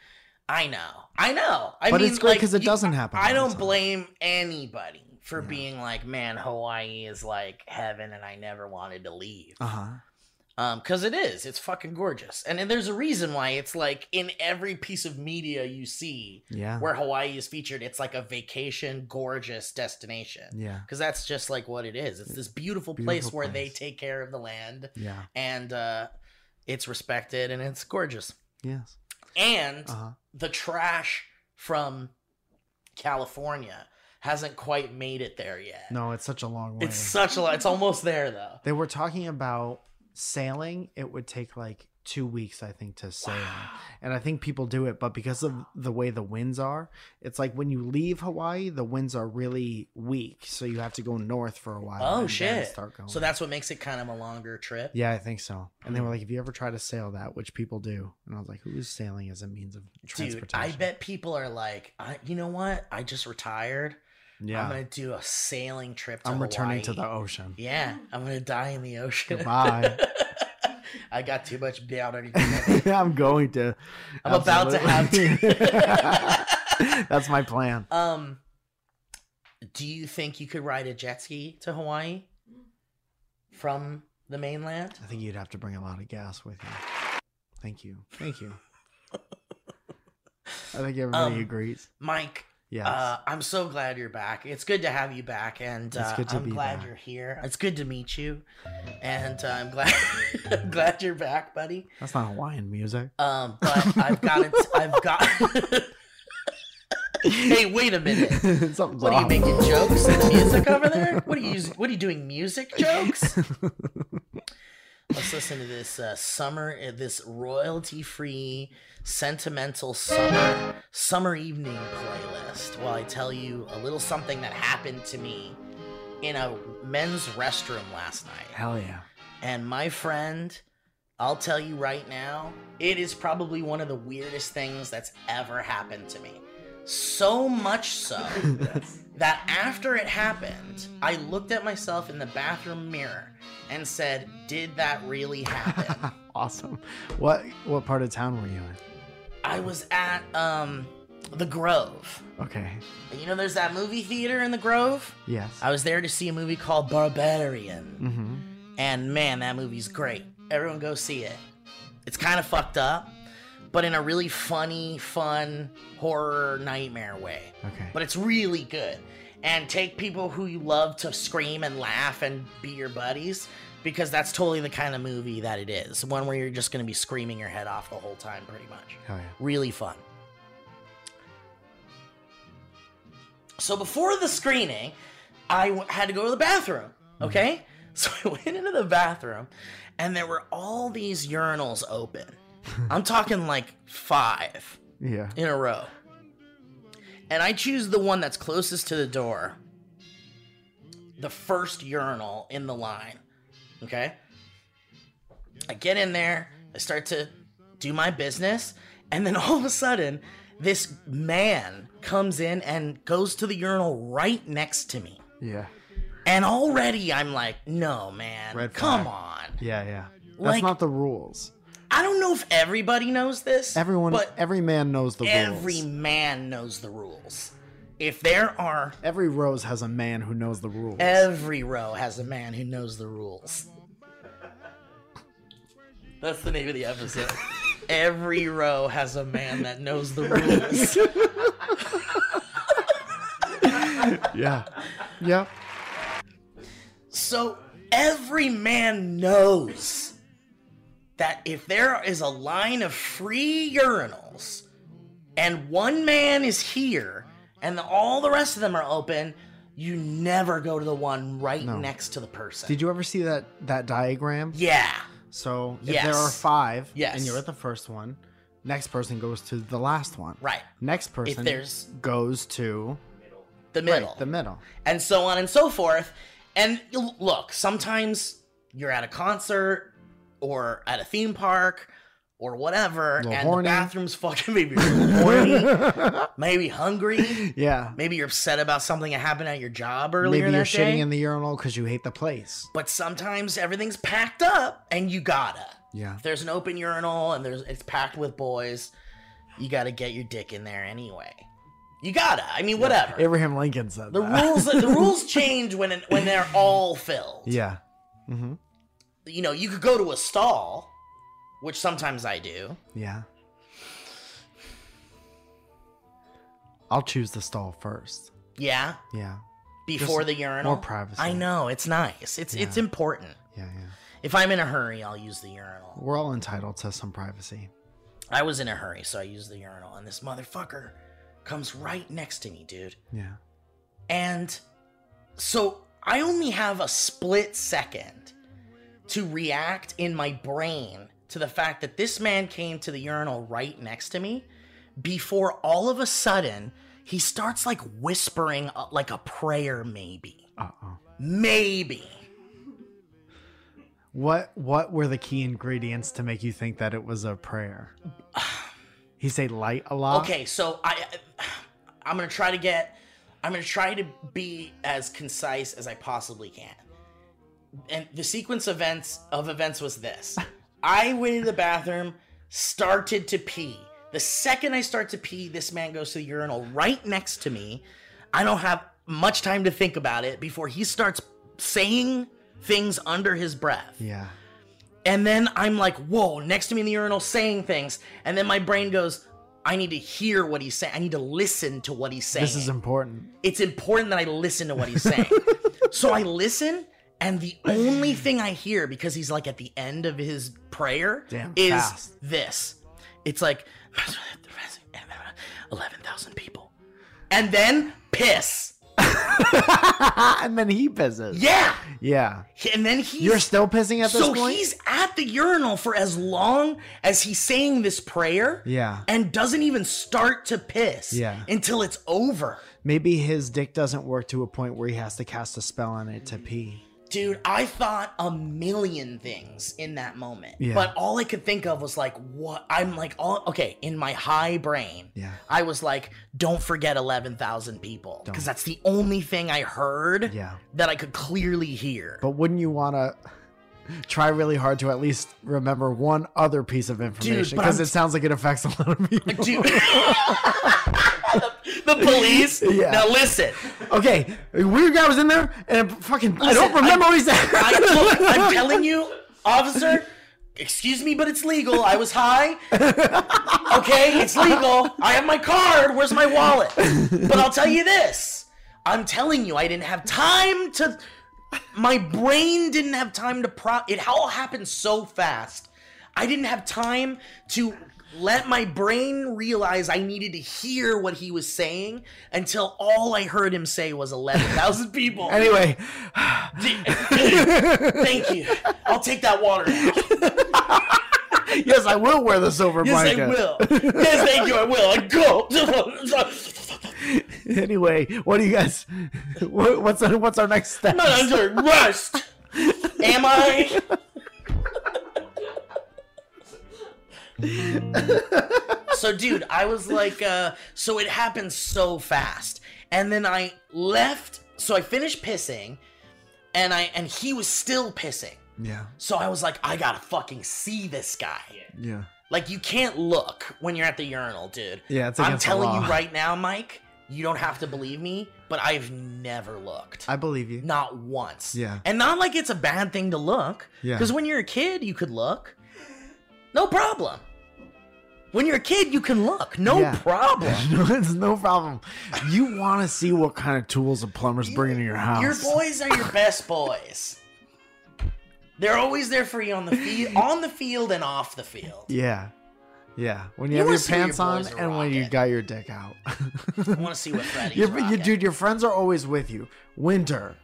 I know, I know. I
But
mean,
it's great
like,
'cause it
you-
doesn't happen all
I
the
don't
time.
blame anybody for
Yeah.
being like, man, Hawaii is like heaven, and I never wanted to leave.
Uh-huh.
Um, because it is, it's fucking gorgeous, and, and there's a reason why it's like in every piece of media you see
Yeah.
where Hawaii is featured, it's like a vacation, gorgeous destination.
Yeah.
Because that's just like what it is. It's this beautiful, place
Beautiful
where they
place.
take care of the land
Yeah.
and uh, it's respected and it's gorgeous.
Yes.
And
Uh-huh.
the trash from California hasn't quite made it there yet.
No, it's such a long way.
It's such a lot. It's almost there
[LAUGHS]
though.
They were talking about sailing. It would take like two weeks, I think, to sail. And I think people do it, but because of the way the winds are, it's like when you leave Hawaii, the winds are really weak, so you have to go north for a while.
Oh,
and then
shit.
Start going.
So that's what makes it kind of a longer trip.
yeah, I think so. And they were like, "If you ever try to sail that, which people do," and I was like, "Who's sailing as a means of
Dude,
transportation?"
I bet people are like, I, you know what? I just retired.
Yeah,
I'm gonna do a sailing trip. To
I'm returning to
Hawaii."
the ocean.
Yeah, I'm gonna die in the ocean.
Goodbye.
[LAUGHS] I got too much doubt already.
[LAUGHS] I'm going to. [LAUGHS]
I'm about to have
absolutely.
to.
[LAUGHS]
[LAUGHS]
That's my plan.
um, do you think you could ride a jet ski to Hawaii from the mainland?
I think you'd have to bring a lot of gas with you. Thank you. Thank you. I think everybody
Um,
agrees.
Mike,
Yes.
uh, I'm so glad you're back. It's good to have you back, and
It's
uh,
good to
I'm
be
glad
back.
you're here. It's good to meet you, and uh, I'm glad [LAUGHS] I'm glad you're back, buddy.
That's not Hawaiian music.
Um, but I've got it. I've
[LAUGHS]
got. [LAUGHS] hey, wait a minute.
[LAUGHS] Something's
What are you
off.
making jokes and music over there? What are you? What are you doing? Music jokes? [LAUGHS] Let's listen to this uh, summer, uh, this royalty-free, sentimental summer summer evening playlist. While I tell you a little something that happened to me in a men's restroom last night,
Hell yeah. [LAUGHS]
and my friend, I'll tell you right now, it is probably one of the weirdest things that's ever happened to me. So much so that after it happened, I looked at myself in the bathroom mirror and said, Did that really
[LAUGHS]
happen?
awesome. What what part of town were you in?
I was at um the Grove.
Okay.
You know there's that movie theater in the Grove?
Yes.
I was there to see a movie called Barbarian.
mm-hmm.
And man, that movie's great. Everyone go see it. It's kind of fucked up, but in a really funny, fun horror nightmare way.
Okay.
but it's really good. And take people who you love to scream and laugh and be your buddies because that's totally the kind of movie that it is. One where you're just going to be screaming your head off the whole time, pretty much.
Hell yeah.
Really fun. So before the screening, I w- had to go to the bathroom, okay? [LAUGHS] So I went into the bathroom and there were all these urinals open. I'm talking like five
Yeah.
in a row. And I choose the one that's closest to the door. The first urinal in the line. Okay? I get in there, I start to do my business, and then [LAUGHS] all of a sudden, this man comes in and goes to the urinal right next to me.
Yeah.
And already I'm like, no, man,
Red
come
flag.
on.
Yeah, yeah. That's
Like-
not the rules.
I don't know if everybody knows this.
Everyone
but
every man knows the
every
rules.
man knows the rules. If there are
Every rose has a man who knows the rules.
every row has a man who knows the rules. That's the name of the episode. [LAUGHS] every row has a man that knows the rules.
Yeah. Yep.
So every man knows that if there is a line of free urinals and one man is here and the, all the rest of them are open, you never go to the one right
No.
next to the person.
Did you ever see that that diagram?
yeah.
So if
Yes.
there are five,
Yes.
and you're at the first one, next person goes to the last one.
Right.
Next person
there's-
goes to
The middle.
Right, the middle.
and so on and so forth. And l- look, sometimes you're at a concert or at a theme park or whatever,
Little
and
horny.
the bathroom's [LAUGHS] fucking maybe horny, maybe hungry,
[LAUGHS] Yeah.
maybe you're upset about something that happened at your job earlier
Maybe you're
that
shitting
day.
in the urinal because you hate the place.
but sometimes everything's packed up, and you gotta.
Yeah.
If there's an open urinal and there's it's packed with boys, you gotta get your dick in there anyway. You gotta. I mean, whatever.
Abraham Lincoln said
the
that.
rules the rules change when it, when they're all filled.
[LAUGHS] yeah. Mm-hmm.
you know, you could go to a stall, which sometimes I do.
Yeah. I'll choose the stall first.
Yeah,
Yeah.
before the urinal.
more privacy.
I know it's nice. It's it's
Yeah.
important.
Yeah, yeah.
If I'm in a hurry, I'll use the urinal.
We're all entitled to some privacy.
I was in a hurry, so I used the urinal, and this motherfucker comes right next to me, dude.
Yeah.
And so I only have a split second to react in my brain to the fact that this man came to the urinal right next to me before all of a sudden he starts like whispering uh, like a prayer, maybe.
Uh oh.
Maybe.
What what were the key ingredients to make you think that it was a prayer? He say light a lot.
Okay, so I [SIGHS] I'm going to try to get I'm going to try to be as concise as I possibly can. And the sequence events of events was this. I went to the bathroom, started to pee. The second I start to pee, this man goes to the urinal right next to me. I don't have much time to think about it before he starts saying things under his breath.
Yeah.
And then I'm like, whoa, next to me in the urinal saying things. And then my brain goes, I need to hear what he's saying. I need to listen to what he's saying.
This is important.
it's important that I listen to what he's
[LAUGHS]
saying. so I listen, and the only thing I hear, because he's like at the end of his prayer,
Damn
is
fast.
this. It's like [LAUGHS] 11,000 people. And then piss. Ah,
and then he pisses.
Yeah.
Yeah.
And then he's
You're still pissing at this
so
point?
he's at the urinal for as long as he's saying this prayer
Yeah.
and doesn't even start to piss
Yeah.
until it's over.
Maybe his dick doesn't work to a point where he has to cast a spell on it to pee.
Dude, I thought a million things in that moment.
Yeah.
But all I could think of was like, what? I'm like, all, okay, in my high brain,
Yeah.
I was like, don't forget 11,000 people.
Don't.
Because that's the only thing I heard
Yeah.
that I could clearly hear.
But wouldn't you want to [LAUGHS] try really hard to at least remember one other piece of information
but
because
I'm-
it sounds like it affects a lot of people.
Dude.
[LAUGHS]
[LAUGHS] the police?
Yeah.
Now listen.
Okay, a weird guy was in there, and fucking I
Listen,
don't remember
I-
what he said.
I, look, I'm telling you, officer. Excuse me, but it's legal. I was high. Okay, it's legal. I have my card. Where's my wallet? But I'll tell you this. I'm telling you, I didn't have time to. My brain didn't have time to pro. It all happened so fast. I didn't have time to let my brain realize I needed to hear what he was saying until all I heard him say was 11,000 people.
[LAUGHS] anyway,
Thank you. I'll take that water. Now.
yes, I will wear the silver
Yes,
blanket.
I will. Yes, thank you. I will. I go.
[LAUGHS] Anyway, what do you guys? What, what's our, what's our next step?
Not under arrest. Am I? so, dude, I was like, uh, so it happened so fast, and then I left. So I finished pissing, and I and he was still pissing.
Yeah,
So I was like, I gotta fucking see this guy.
yeah,
Like you can't look when you're at the urinal, dude.
yeah. It's
I'm
against the
telling
law.
you right now, Mike, you don't have to believe me, but I've never looked.
I believe you.
not once.
Yeah.
And not like it's a bad thing to look.
Yeah.
Because when you're a kid, you could look. No problem. When you're a kid, you can look. No
Yeah.
problem.
[LAUGHS] [LAUGHS] no, it's no problem. You want to see what kind of tools a plumber's bringing to your house.
Your boys are your best boys. They're always there for you on the
[LAUGHS]
field, on the field and off the field.
Yeah. Yeah. When
You
you, have
wanna
your
see what your
pants on
boys are
and when you
rocking.
got your dick out.
[LAUGHS] I want to see what Freddy's
your, your,
rocking.
dude, your friends are always with you. Winter.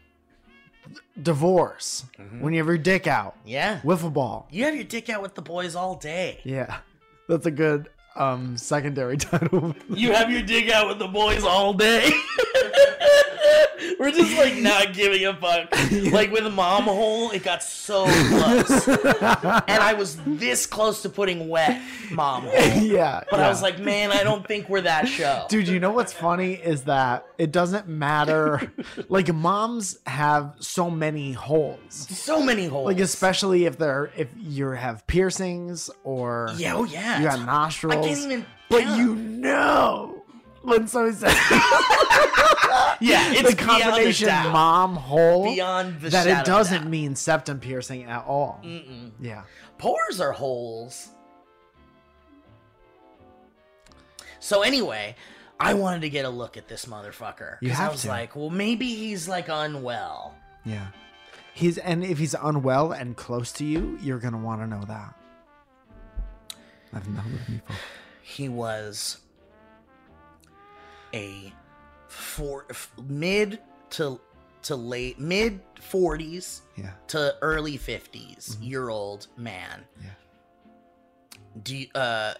Divorce. When you have your dick out.
Mm-hmm. Yeah.
Wiffle ball.
You have your dick out with the boys all day.
Yeah. That's a good um secondary [LAUGHS] title.
You have your dick out with the boys all day. [LAUGHS] We're just like not giving a
[LAUGHS]
fuck. Like with mom hole, it got so close, and I was this close to putting wet mom [LAUGHS] hole.
[LAUGHS] yeah.
But I was
yeah.
like, man, I don't think we're that show.
Dude, you know what's funny is that it doesn't matter.
[LAUGHS]
like moms have so many holes.
so many holes.
Like especially if they're if you have piercings or
yeah, oh yeah.
you
it's-
got nostrils.
I can't even.
but
count.
you know when somebody says
[LAUGHS]
[LAUGHS]
yeah, it's
the combination
beyond a doubt.
mom hole
beyond the
that
shadow
it
of
doesn't
doubt.
mean septum piercing at all.
Mm-mm.
Yeah.
pores are holes. So anyway, I wanted to get a look at this motherfucker. 'cause
You
I
have
was
to.
like, well, maybe he's like unwell.
Yeah. He's and if he's unwell and close to you, you're gonna want to know that. I've known him before.
He was a four, f- mid to to late mid forties
Yeah.
to early 50s
Mm-hmm.
year old man.
Yeah.
Do you- uh,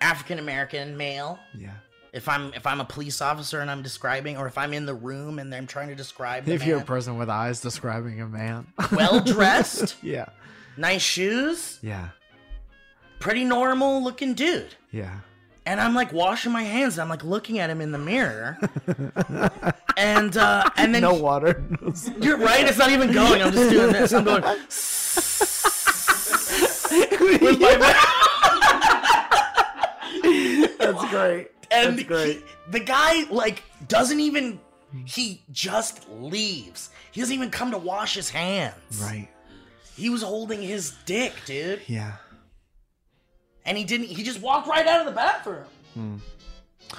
African American male.
Yeah.
If I'm if I'm a police officer and I'm describing, or if I'm in the room and I'm trying to describe,
If you're a person with eyes describing a man. [LAUGHS]
well dressed,
yeah.
nice shoes,
Yeah.
pretty normal looking dude.
Yeah.
And I'm like washing my hands. And I'm like looking at him in the
[LAUGHS]
mirror, and uh, and then
no
he-
water.
[LAUGHS]
[LAUGHS]
you're right. It's not even going. I'm just doing this. I'm going. [LAUGHS]
[LAUGHS] That's great.
and
That's great.
he- the guy like doesn't even he just leaves he doesn't even come to wash his hands
Right.
he was holding his dick dude
Yeah.
and he didn't he just walked right out of the bathroom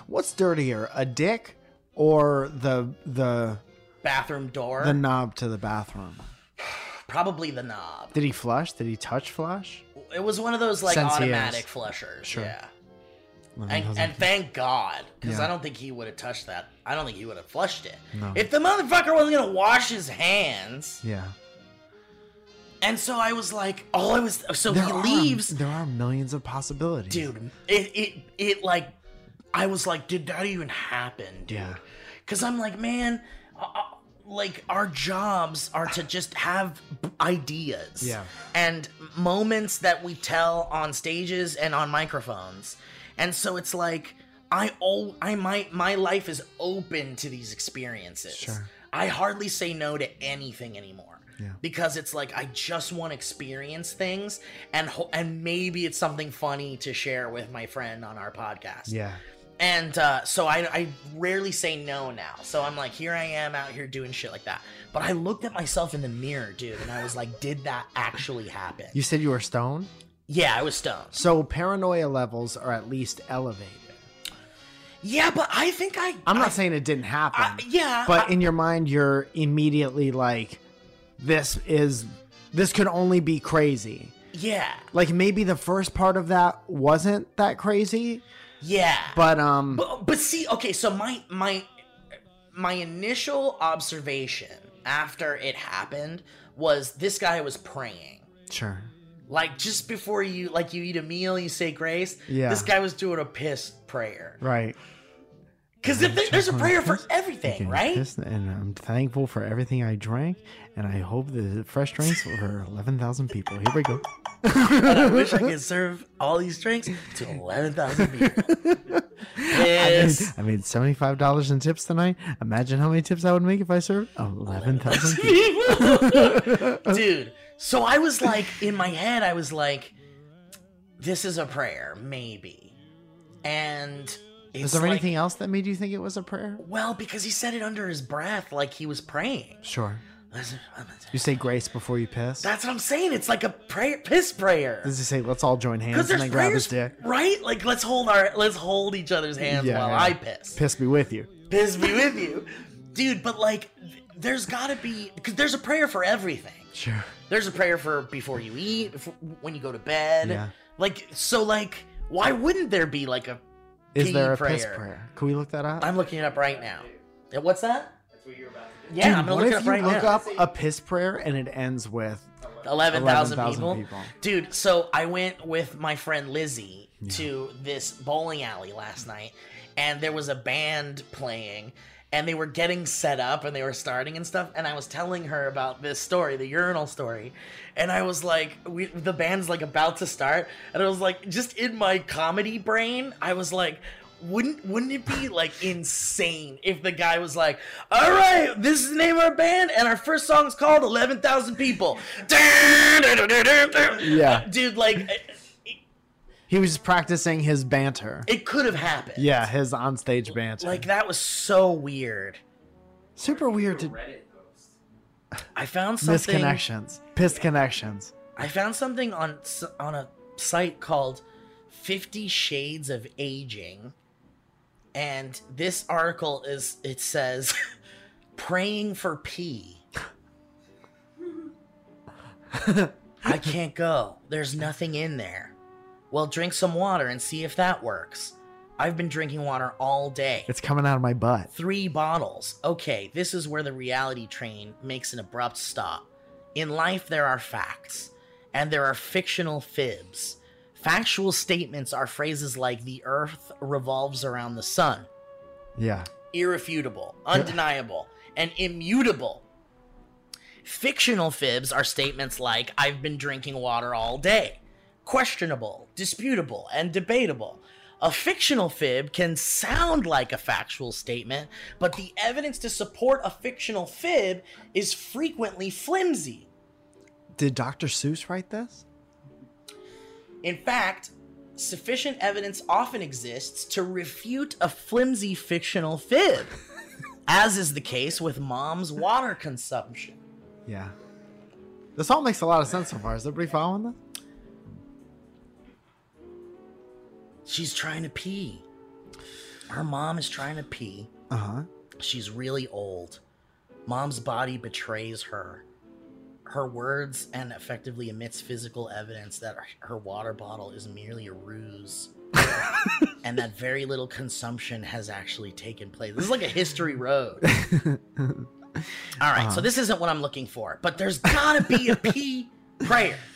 What's dirtier, a dick or the the
bathroom door
the knob to the bathroom?
probably the knob
Did he flush? Did he touch flush?
it was one of those like
Since he
automatic
is.
flushers
Sure.
yeah
No, he
and,
doesn't.
and thank god because
Yeah.
i don't think he would have touched that i don't think he would have flushed it
No.
if the motherfucker wasn't gonna wash his hands
yeah.
and so i was like all i was so he
are,
leaves
There are millions of possibilities.
dude it it it like i was like did that even happen dude
Yeah.
because i'm like man uh, uh, like our jobs are to just have b- ideas
Yeah.
and moments that we tell on stages and on microphones and so it's like i all i might my life is open to these experiences
Sure.
i hardly say no to anything anymore
Yeah.
because it's like I just want to experience things and ho- and maybe it's something funny to share with my friend on our podcast.
Yeah.
And uh, so I, I rarely say no now. So I'm like, here I am out here doing shit like that. But I looked at myself in the mirror, dude, and I was like, did that actually happen?
You said you were stoned?
yeah, I was stoned.
So paranoia levels are at least elevated.
Yeah, but I think I.
I'm not
I-
saying it didn't happen,
I- yeah,
but
I-
in your mind you're immediately like this is this could only be crazy.
yeah,
Like maybe the first part of that wasn't that crazy,
yeah.
but um
But, but see, okay, so my my my initial observation after it happened was this guy was praying.
sure.
Like just before you like you eat a meal, you say grace.
Yeah.
This guy was doing a piss prayer.
Right.
Because if there- there's a
Just
prayer
wanna
for
piss.
everything,
Okay,
right?
this- and I'm thankful for everything I drank, and I hope the fresh drinks were for [LAUGHS] 11,000 people. Here we go.
[LAUGHS] And I wish I could serve all these drinks to eleven thousand people. [LAUGHS] Yes.
[LAUGHS] I made, I made $75 in tips tonight. Imagine how many tips I would make if I served 11,000 people.
Dude, so I was like, in my head, I was like, this is a prayer, maybe. And it's
Is there
like-
anything else that made you think it was a prayer?
Well, because he said it under his breath, like he was praying.
Sure. You say grace before you piss.
That's what I'm saying. It's like a prayer, piss prayer.
Does he say let's all join
Because
hands and
there's
then grab his
prayers,
dick?
right? Like let's hold our let's hold each other's hands
Yeah,
while
yeah.
I piss.
Piss me with you.
Piss be with you, dude. But like, th- there's got to be because there's a prayer for everything.
Sure.
There's a prayer for before you eat, before, when you go to bed.
Yeah.
Like so, like why wouldn't there be like a?
Is
Pee
there a
prayer.
piss prayer? Can we look that up?
I'm looking it up right now. Yeah, What's that?
That's what you're about to do.
Yeah,
Dude,
I'm gonna
what
look
if
it up
you
right
look
now.
up a piss prayer and it ends with
Eleven thousand
11,000
people.
people.
Dude, so I went with my friend Lizzie to this bowling alley last night, and there was a band playing, and they were getting set up and they were starting and stuff. And I was telling her about this story, the urinal story, and I was like, we, the band's like about to start, and I was like, just in my comedy brain, I was like. Wouldn't wouldn't it be like insane if the guy was like, "All right, this is the name of our band, and our first song is called 11,000 People." [LAUGHS]
Yeah.
dude, like it,
He was practicing his banter.
it could have happened.
Yeah, his onstage banter.
like that was so weird.
super weird to
Reddit post.
I found something.
misconnections, piss connections.
I found something on s- on a site called Fifty Shades of Aging, and this article is it says [LAUGHS] praying for
[LAUGHS]
pee. I can't go. There's nothing in there. Well, drink some water and see if that works. I've been drinking water all day.
It's coming out of my butt.
Three bottles. Okay, this is where the reality train makes an abrupt stop. In life, there are facts, and there are fictional fibs. Factual statements are phrases like the earth revolves around the sun,
Yeah,
irrefutable, undeniable, and immutable. Fictional fibs are statements like I've been drinking water all day, questionable, disputable, and debatable. A fictional fib can sound like a factual statement, but the evidence to support a fictional fib is frequently flimsy.
did Dr. Seuss write this?
In fact, sufficient evidence often exists to refute a flimsy fictional fib, as is the case with mom's water consumption.
Yeah. This all makes a lot of sense so far. Is everybody following this?
She's trying to pee. Her mom is trying to pee.
Uh huh.
She's really old. Mom's body betrays her. Her words and effectively emits physical evidence that her water bottle is merely a ruse. and that very little consumption has actually taken place. This is like a history road. All right, so this isn't what I'm looking for, but there's gotta be a pee prayer.
[LAUGHS]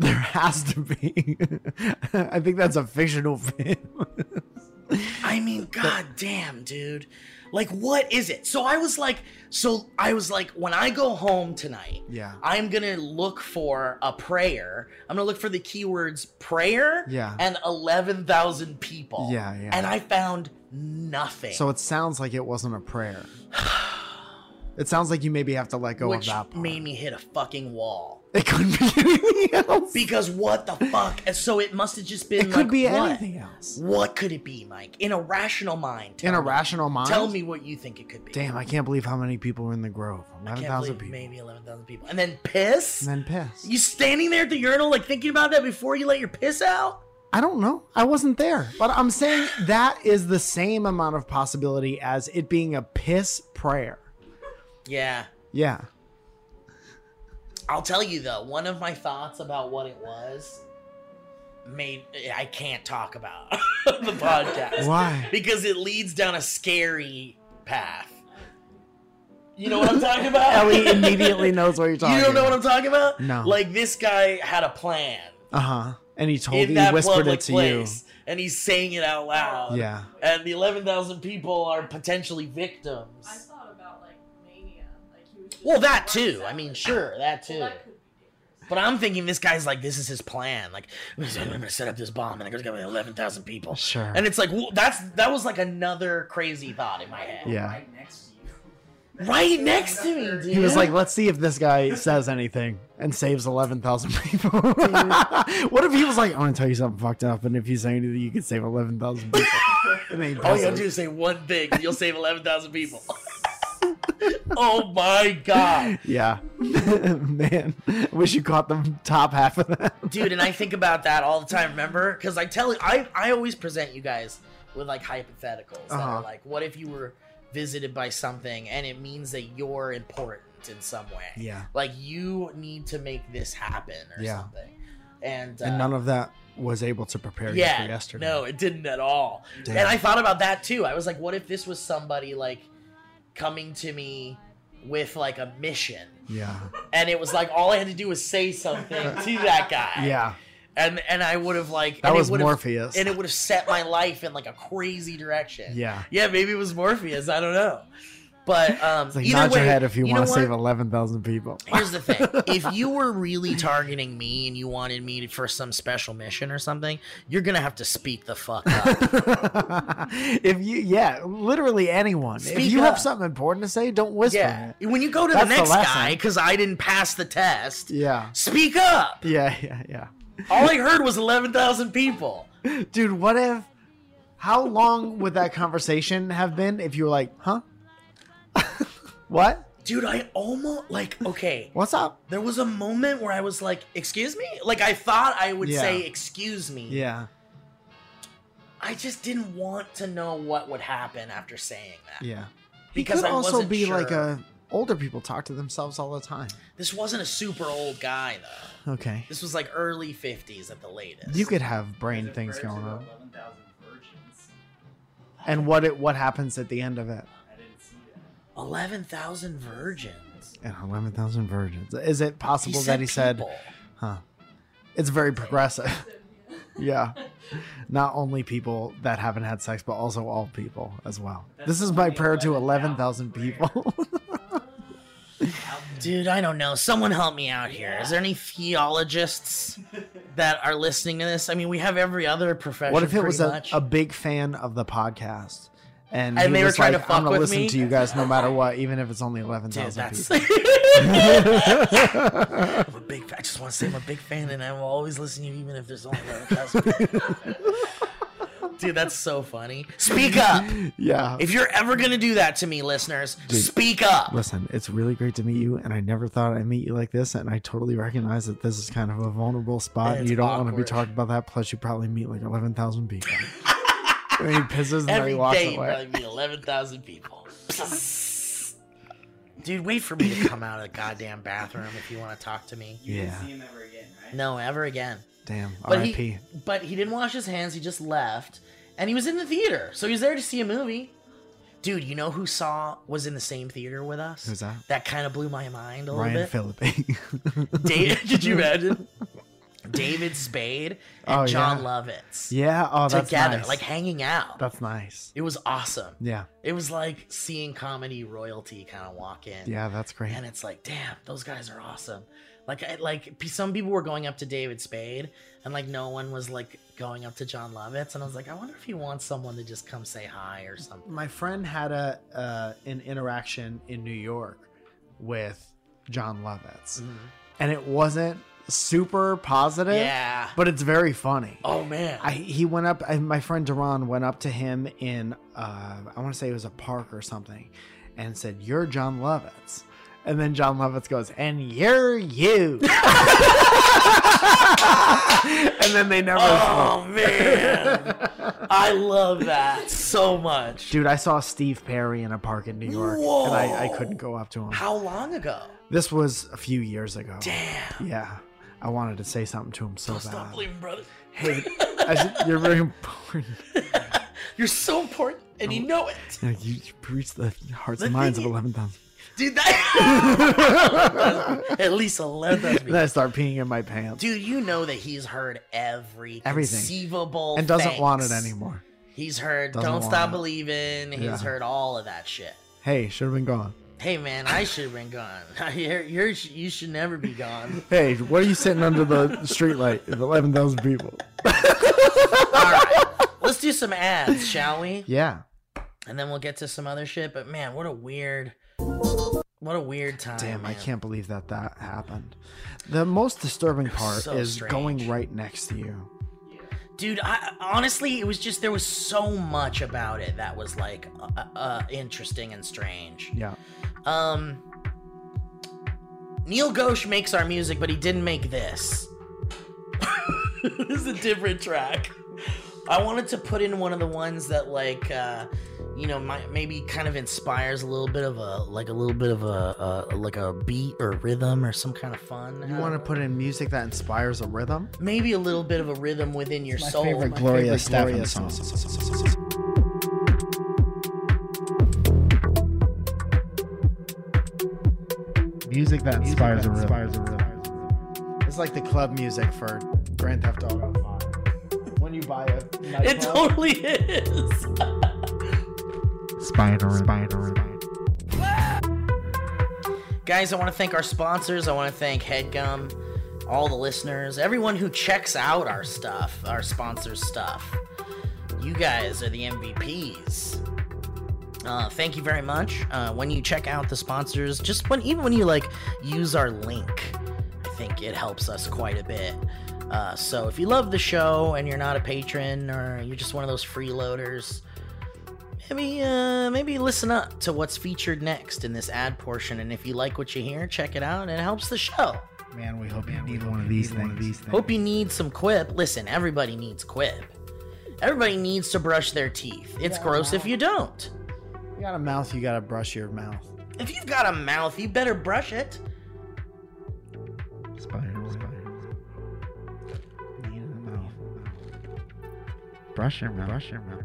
There has to be. [LAUGHS] I think that's a fictional film.
I mean, god damn, dude. Like, what is it? So I was like, so I was like, when I go home tonight,
yeah.
I'm gonna look for a prayer. I'm gonna look for the keywords prayer
Yeah.
and 11,000 people.
Yeah, yeah.
And I found nothing.
So it sounds like it wasn't a [SIGHS] prayer. It sounds like you maybe have to let go
which
of that part.
made me hit a fucking wall.
it couldn't be [LAUGHS] anything else.
Because what
[LAUGHS]
the fuck? And so it must have just been
it
like,
could be
what?
anything else.
What could it be, Mike? In a rational mind.
In
tell
a
me.
rational mind.
Tell me what you think it could be.
Damn, I can't believe how many people were in the Grove.
Can't
Eleven thousand
believe
people.
Maybe 11,000 people. And then piss?
And then piss.
You standing there at the urinal, like thinking about that before you let your piss out?
I don't know. I wasn't there, but I'm saying that is the same amount of possibility as it being a piss prayer.
Yeah.
Yeah.
I'll tell you though, one of my thoughts about what it was made I can't talk about [LAUGHS] the podcast.
Why?
Because it leads down a scary path. You know what I'm talking about?
[LAUGHS] [LAUGHS]
[LAUGHS]
Ellie immediately knows what you're talking.
You don't know what I'm talking about?
No.
Like this guy had a plan
Uh huh. And he told
in
you, he
that
whispered
public
it to
place, and he's saying it out loud.
you. Yeah.
And the 11,000 people are potentially victims.
I thought about like mania, like he was. Just
Well, that
like,
too.
running
I mean,
out.
sure, that
Well,
too.
that could be dangerous.
But I'm thinking this guy's like, this is his plan. Like, [LAUGHS] I'm gonna set up this bomb, and there's gonna be eleven thousand people.
Sure.
And it's like, well, that's that was like another crazy thought in my head.
Yeah.
Right next to you.
Right next to me, dude.
He was like, "Let's see if this guy says anything and saves eleven thousand people." [LAUGHS] what if he was like, "I'm gonna tell you something fucked up, and if you say anything, you can save eleven
[LAUGHS]
thousand people." And then he
all you
doesn't.
gotta do is say one thing, and you'll save eleven thousand people. [LAUGHS] oh my god.
Yeah. [LAUGHS] Man, wish you caught the top half of that.
dude and i think about that all the time remember because i tell you I, I always present you guys with like hypotheticals that
Uh-huh.
are like what if you were visited by something and it means that you're important in some way
Yeah.
like you need to make this happen or
Yeah.
something and, uh,
And none of that was able to prepare you
yeah
for yesterday.
no it didn't at all
Damn.
and i thought about that too i was like what if this was somebody like coming to me with like a mission
Yeah.
and it was like all i had to do was say something to that guy
[LAUGHS] Yeah.
and and I would have like
That
and it
was
would have-
Morpheus.
and it would have set my life in like a crazy direction.
Yeah.
yeah, maybe it was Morpheus. I don't know, but um,
It's like
either
nod
way,
your head if you,
know
want to
what?
save
[LAUGHS]
11,000 people.
Here's the
[LAUGHS]
thing: if you were really targeting me and you wanted me to, for some special mission or something, you're gonna have to speak the fuck
[LAUGHS]
up.
if you, yeah, literally anyone. if
Speak
you
up.
have something important to say, don't whisper
yeah,
it.
when you go to
That's
the
the
next
lesson.
guy because I didn't pass the test,
Yeah.
speak up.
Yeah. Yeah. Yeah.
All I heard was eleven thousand people.
Dude, what if, how long would that conversation have been if you were like, huh? [LAUGHS] what?
Dude, I almost like okay.
What's up?
there was a moment where I was like, "Excuse me?" Like I thought I would
Yeah.
say, "Excuse me."
Yeah.
I just didn't want to know what would happen after saying that.
Yeah.
Because
it could
I
also
wasn't
be
sure.
like a older people talk to themselves all the time.
This wasn't a super old guy though.
Okay.
This was like early 50s at the latest.
You could have brain
There's a
things
version
going
of
on.
11,000 virgins.
And what it what happens at the end of it?
I didn't see that.
11,000 virgins.
And eleven thousand virgins. Is it
He
possible that he said
people.
huh? It's very progressive. [LAUGHS] yeah. Not only people that haven't had sex, but also all people as well.
That's
this is
the
my
only
prayer to eleven
11,000
thousand people. [LAUGHS]
Dude, I don't know. Someone help me out here. Is there any theologists that are listening to this? I mean, we have every other profession.
what if it
pretty
was a,
much.
a big fan of the podcast? And,
And
he
they were
was
trying to
like,
fuck
I'm gonna
with
listen
me?
to you guys no matter what, even if it's only eleven
Dude,
thousand
that's. [LAUGHS]
people. [LAUGHS]
I'm a big. I just want to say I'm a big fan, and I will always listen to you, even if there's only
[LAUGHS]
one customer. Dude, that's so funny. Speak up.
yeah.
If you're ever gonna do that to me, listeners,
Dude.
speak up.
Listen, it's really great to meet you, and I never thought I'd meet you like this. And I totally recognize that this is kind of a vulnerable spot, and
It's
you don't want to be
awkward.
talked about that. Plus, you probably meet like eleven thousand
[LAUGHS]
people. and he pisses and then
Every
he walks
day you probably
away.
meet eleven thousand people. Dude, wait for me to come out of the goddamn bathroom if you want to talk to me.
You
Yeah.
didn't see him ever again, right?
No, ever again.
Damn,
But
R.I.P.
he, but he didn't wash his hands. He just left, and he was in the theater, so he was there to see a movie. Dude, you know who saw was in the same theater with us?
Who's that?
That kind of blew my mind a
Ryan
little
Phillippe. [LAUGHS]
bit. [LAUGHS] David, did you imagine? David Spade and
Oh,
John
yeah.
Lovitz
yeah. Oh, that's
together,
nice.
like hanging out.
that's nice.
it was awesome.
Yeah.
It was like seeing comedy royalty kind of walk in.
Yeah, that's great.
And it's like, damn, those guys are awesome. Like, I, like p- some people were going up to David Spade, and like no one was like going up to John Lovitz, and I was like, I wonder if he wants someone to just come say hi or something.
my friend had a uh, an interaction in New York with John Lovitz, and it wasn't super positive,
Yeah.
but it's very funny.
Oh man.
I, he went up. I, my friend Duran went up to him in, uh, I want to say it was a park or something, and said, "You're John Lovitz," and then John Lovitz goes, "And you're you," [LAUGHS] and then they never.
Oh man, I love that so much.
[LAUGHS] Dude, I saw Steve Perry in a park in New York, and I, I
Whoa.
couldn't go up to him.
How long ago?
This was a few years ago.
Damn.
Yeah, I wanted to say something to him so
Don't
bad.
stop believing, brother.
Hey, I should-
[LAUGHS]
you're very important.
You're so important, and you know it,
Yeah, you you reached the hearts
The
and minds of
thing is-
eleven thousand.
dude.
[LAUGHS]
That [LAUGHS] at least eleven.
Then I start peeing in my pants
Dude, you know that he's heard every
Everything.
conceivable
and doesn't want it
thanks.
anymore.
He's heard
Doesn't
"Don't
want
Stop
it.
Believing." He's
Yeah.
heard all of that shit.
Hey, should have been gone.
Hey man, I should have been gone. [LAUGHS] you're, you're, you should never be
[LAUGHS]
gone.
Hey, what are you sitting
[LAUGHS]
under the streetlight of eleven thousand people?
All right, let's do some ads, shall we?
Yeah.
and then we'll get to some other shit. But man, what a weird, what a weird time.
Damn, I
Oh, man.
can't believe that that happened. The most disturbing part
so
is
strange.
going right next to you.
Dude, I, honestly, it was just there was so much about it that was like uh, uh, interesting and strange.
Yeah.
Um, Neil Ghosh makes our music, but he didn't make this. [LAUGHS] this is a different track. I wanted to put in one of the ones that, like, uh, you know, might, maybe kind of inspires a little bit of a, like, a little bit of a, uh, like a beat or rhythm or some kind of fun.
You want to put in music that inspires a rhythm?
maybe a little bit of a rhythm within your
My
soul.
favorite
My
Gloria
favorite
Stefan
Gloria
song.
Music that
inspires a rhythm.
It's like the club music for Grand Theft Auto 5. When you buy a
It
nightclub,
totally [LAUGHS] is.
spider, spider, spider.
Guys, I want to thank our sponsors. I want to thank HeadGum, all the listeners, everyone who checks out our stuff, our sponsors' stuff. You guys are the MVPs. Uh, thank you very much. Uh, when you check out the sponsors, just when even when you like use our link, I think it helps us quite a bit. Uh, so if you love the show and you're not a patron or you're just one of those freeloaders, maybe uh, maybe listen up to what's featured next in this ad portion. And if you like what you hear, check it out. It helps the show.
Man, we hope you need one of these things.
Hope you need some quip. Listen, everybody needs quip. Everybody needs to brush their teeth. It's gross if you don't.
You got a mouth, you got to brush your [LAUGHS] mouth.
If you've got a mouth, you better brush it.
Brush your mouth. Brush your mouth.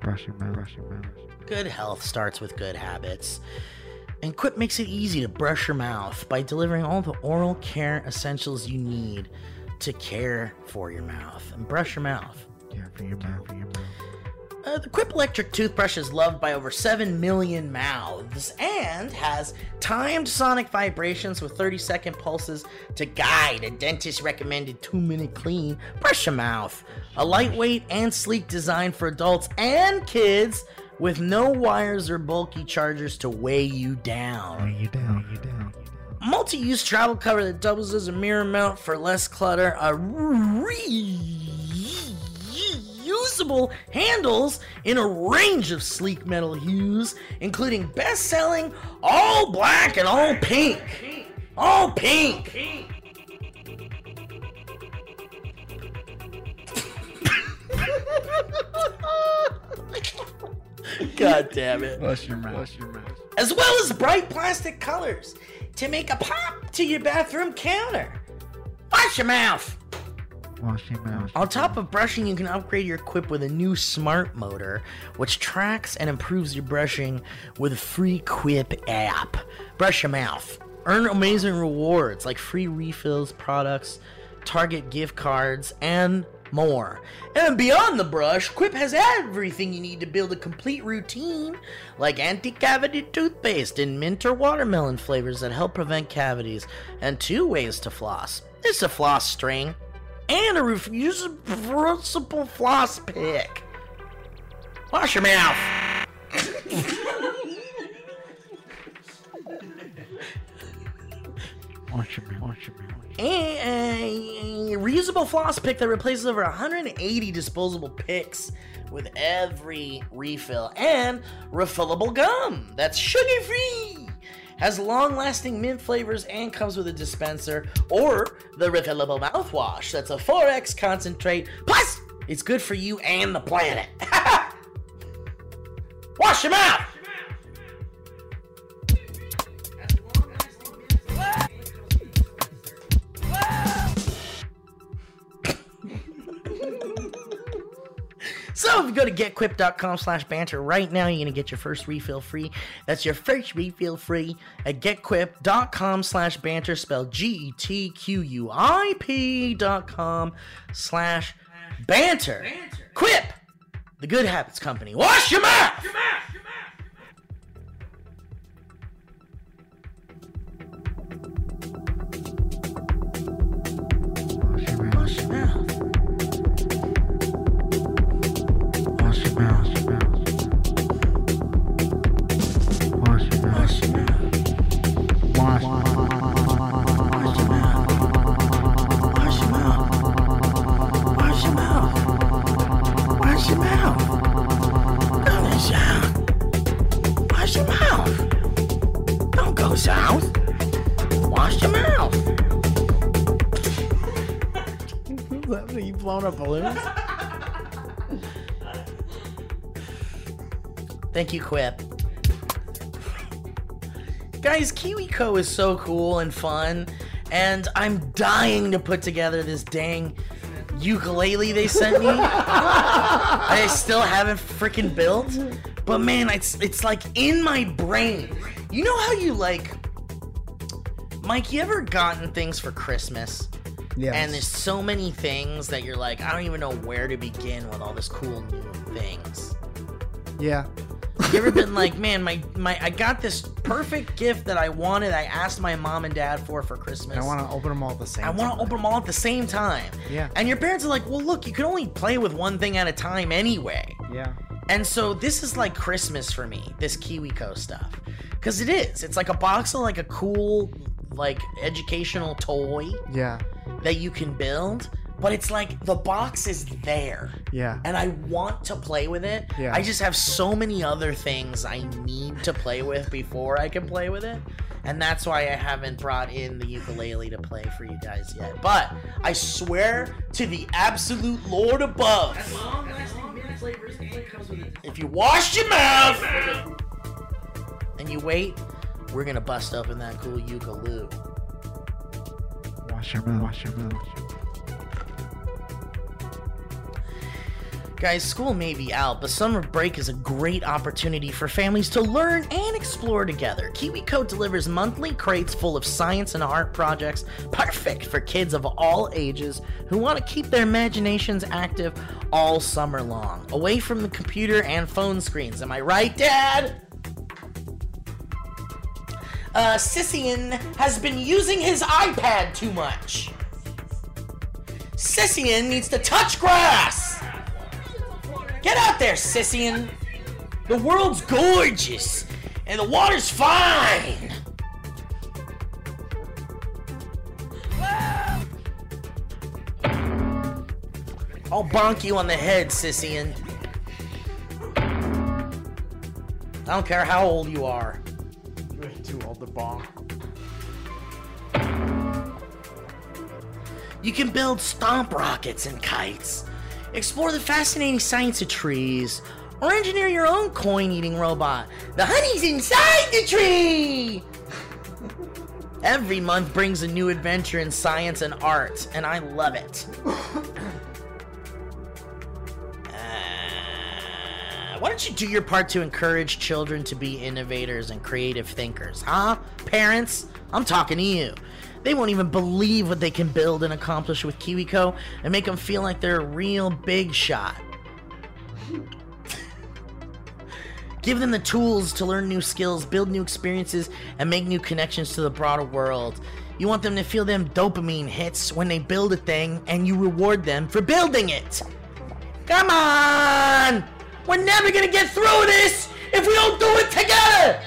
Brush your mouth. Brush your mouth.
Good health starts with good habits. And Quip makes it easy to brush your mouth by delivering all the oral care essentials you need to care for your mouth and brush your mouth.
Care for your mouth. For your mouth.
Uh, the Quip electric toothbrush is loved by over 7 million mouths and has timed sonic vibrations with 30 second pulses to guide a dentist recommended 2 minute clean. Brush your mouth. A lightweight and sleek design for adults and kids with no wires or bulky chargers to weigh you down.
you down. You down.
Multi-use travel cover that doubles as a mirror mount for less clutter, a reusable handles in a range of sleek metal hues, including best-selling all black and all pink. All pink. [LAUGHS] God damn it
Brush your mouth. Brush your mouth.
as well as bright plastic colors to make a pop to your bathroom counter. Wash your mouth.
Wash your mouth.
On top of brushing, you can upgrade your quip with a new smart motor, which tracks and improves your brushing with a free quip app. Brush your mouth. Earn amazing rewards like free refills, products, Target gift cards, and more. And beyond the brush, Quip has everything you need to build a complete routine, like anti cavity toothpaste and mint or watermelon flavors that help prevent cavities, and two ways to floss. It's a floss string and a reusable floss pick. Wash your mouth.
Wash your mouth. Wash your mouth.
a, a reusable floss pick that replaces over 180 disposable picks with every refill and refillable gum that's sugar free has long-lasting mint flavors and comes with a dispenser or the refillable mouthwash that's a 4x concentrate plus it's good for you and the planet [LAUGHS] wash your mouth So if you go to getquip.com slash banter right now, you're going to get your first refill free. That's your first refill free at getquip.com slash banter, spelled E G-E-T-Q-U-I-P dot com slash banter. Quip, the good habits company. Wash your mouth!
Wash your mouth.
Wash your mouth.
Wash your mouth. Wash your mouth. Wash your mouth. Wash your mouth. Wash your mouth.
blown up balloons?
Thank you, Quip. Guys, KiwiCo is so cool and fun, and I'm dying to put together this dang ukulele they sent me. I still haven't freaking built, but man, it's it's like in my brain. You know how you like, Mike? You ever gotten things for Christmas?
Yes.
And there's so many things that you're like, I don't even know where to begin with all this cool new things.
yeah.
You ever been like, man, my my I got this perfect gift that I wanted. I asked my mom and dad for for Christmas.
I want to open them all at the same.
I want to open them all at the same time.
Yeah.
And your parents are like, well, look, you can only play with one thing at a time anyway.
Them. Yeah.
And so this is like Christmas for me, this KiwiCo stuff. Cause it is. It's like a box of like a cool, like educational toy
Yeah.
that you can build. But it's like the box is there
Yeah.
and I want to play with it.
Yeah.
I just have so many other things I need to play with before I can play with it. And that's why I haven't brought in the ukulele to play for you guys yet. But I swear to the absolute Lord above. If you wash your mouth and you wait, we're gonna bust open that cool ukulele.
Wash your mouth. Wash your mouth.
Guys, school may be out, but summer break is a great opportunity for families to learn and explore together. KiwiCo delivers monthly crates full of science and art projects, perfect for kids of all ages who want to keep their imaginations active all summer long, away from the computer and phone screens. Am I right, Dad? Uh, Sissian has been using his iPad too much. Sissian needs to touch grass. Get out there, Sissian! The world's gorgeous, and the water's fine! I'll bonk you on the head, Sissian. I don't care how old you are.
Too old to bonk. [LAUGHS]
You can build stomp rockets and kites, explore the fascinating science of trees, or engineer your own coin eating robot. The honey's inside the tree! [LAUGHS] Every month brings a new adventure in science and art, and I love it. Uh, Why don't you do your part to encourage children to be innovators and creative thinkers, huh? Parents, I'm talking to you. They won't even believe what they can build and accomplish with KiwiCo and make them feel like they're a real big shot. Give them the tools to learn new skills, build new experiences, and make new connections to the broader world. You want them to feel them dopamine hits when they build a thing and you reward them for building it. Come on! We're never gonna get through this if we don't do it together!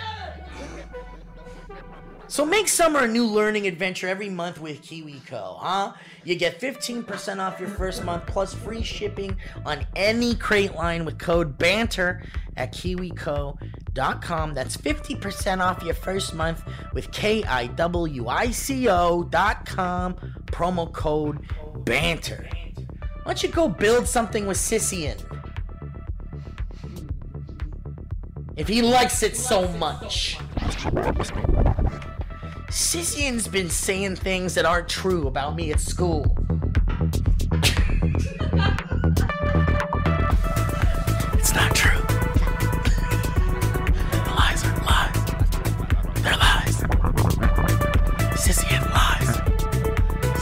So make summer a new learning adventure every month with KiwiCo, huh? You get 15% off your first month plus free shipping on any crate line with code BANTER at kiwico.com. That's 50% off your first month with K I W I C O dot com promo code BANTER. Why don't you go build something with Sissian? If he likes it so much. Sissian's been saying things that aren't true about me at school. it's not true. The lies are lies. They're lies. Sissian lies.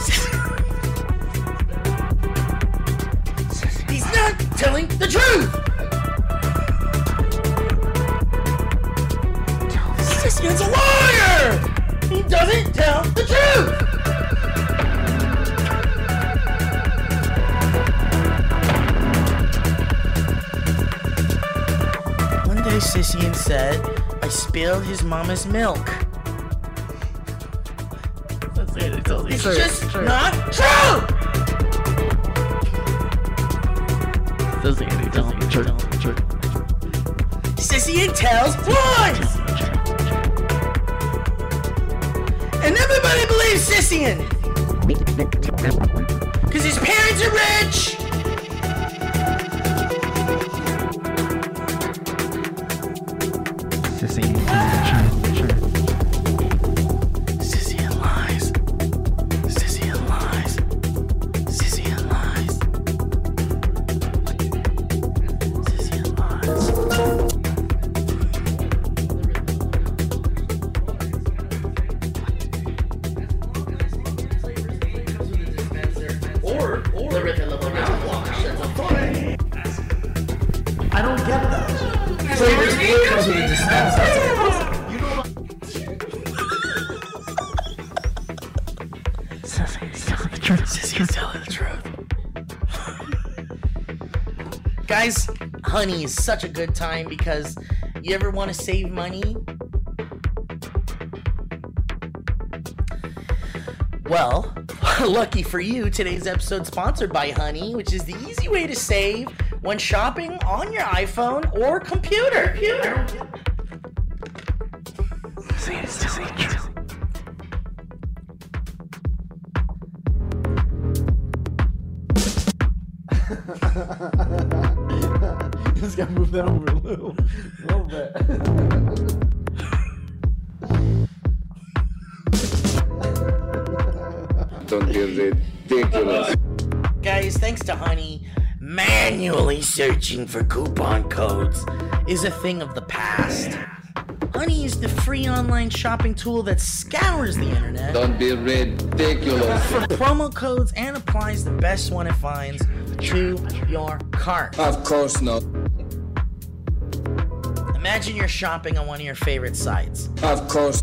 Siss- He's not telling the truth! Sissian's a liar! He doesn't tell the truth! One day Sissian said, I spilled his mama's milk. It's just not true! Sissian tells lies! And everybody believes Sissian! Because his parents are rich!
I don't get that. So this clip was being discussed. You don't
Guys, honey is such a good time because you ever want to save money? Well, [LAUGHS] lucky for you, today's episode sponsored by Honey, which is the easy way to save when shopping on your iPhone or computer. Computer.
Just gotta move that over a little, little bit.
Don't be ridiculous.
Guys, thanks to Honey, manually searching for coupon codes is a thing of the past. Honey is the free online shopping tool that scours the internet.
Don't be ridiculous.
for promo codes and applies the best one it finds to your cart.
Of course not.
Imagine you're shopping on one of your favorite sites.
Of course.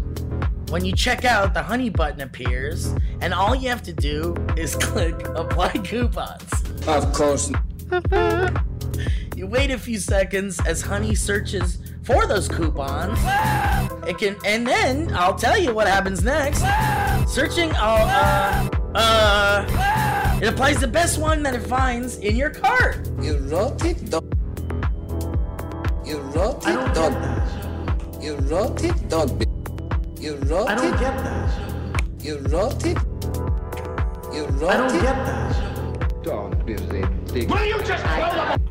When you check out, the honey button appears, and all you have to do is [LAUGHS] click apply coupons.
Of course.
You wait a few seconds as honey searches for those coupons. It can, and then I'll tell you what happens next. Searching, I'll, uh, uh, it applies the best one that it finds in your cart.
Erotic dog. Erotic dog. Erotic dog. Erotic. I don't get that. Erotic. Erotic. I don't get that. Don't be ridiculous.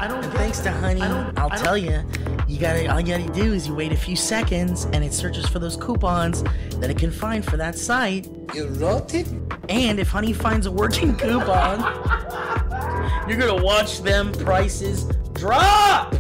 And thanks to Honey, I'll tell you, you gotta all you gotta do is you wait a few seconds, and it searches for those coupons that it can find for that site.
Erotic.
And if Honey finds a working [LAUGHS] coupon, you're gonna watch them prices drop.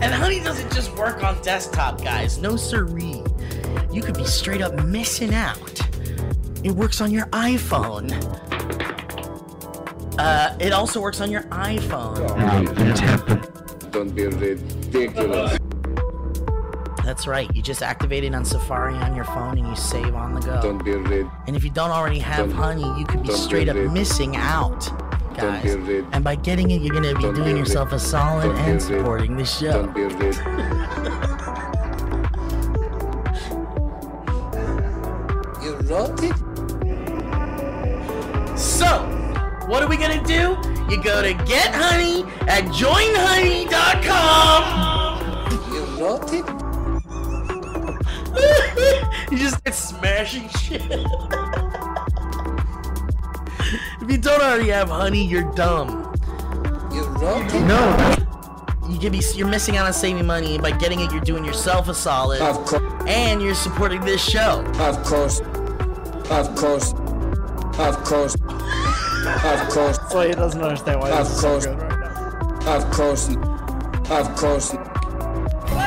And Honey doesn't just work on desktop, guys. No siree. You could be straight up missing out. It works on your iPhone. Uh, it also works on your iPhone.
Don't be ridiculous.
That's right. You just activate it on Safari on your phone and you save on the go.
Don't be ridiculous.
And if you don't already have
Don't-
honey, you could be
don't
straight up
give it.
missing out,
Don't
guys.
give it.
And by getting it, you're going to be
Don't
doing
give it.
yourself a solid
Don't
and
give it.
supporting the show.
Don't be ridiculous. Erotic.
So, what are we going to do? You go to get honey at joinhoney.com.
Erotic.
[LAUGHS] you just start smashing shit. [LAUGHS] if you don't already have honey, you're dumb.
Erotic.
You could be you're missing out on saving money by getting it. You're doing yourself a solid,
Of course.
and you're supporting this show.
Of course. Of course. Of course.
[LAUGHS]
Of course.
That's why he doesn't understand why this is so
course.
good right now.
Of course. Of course.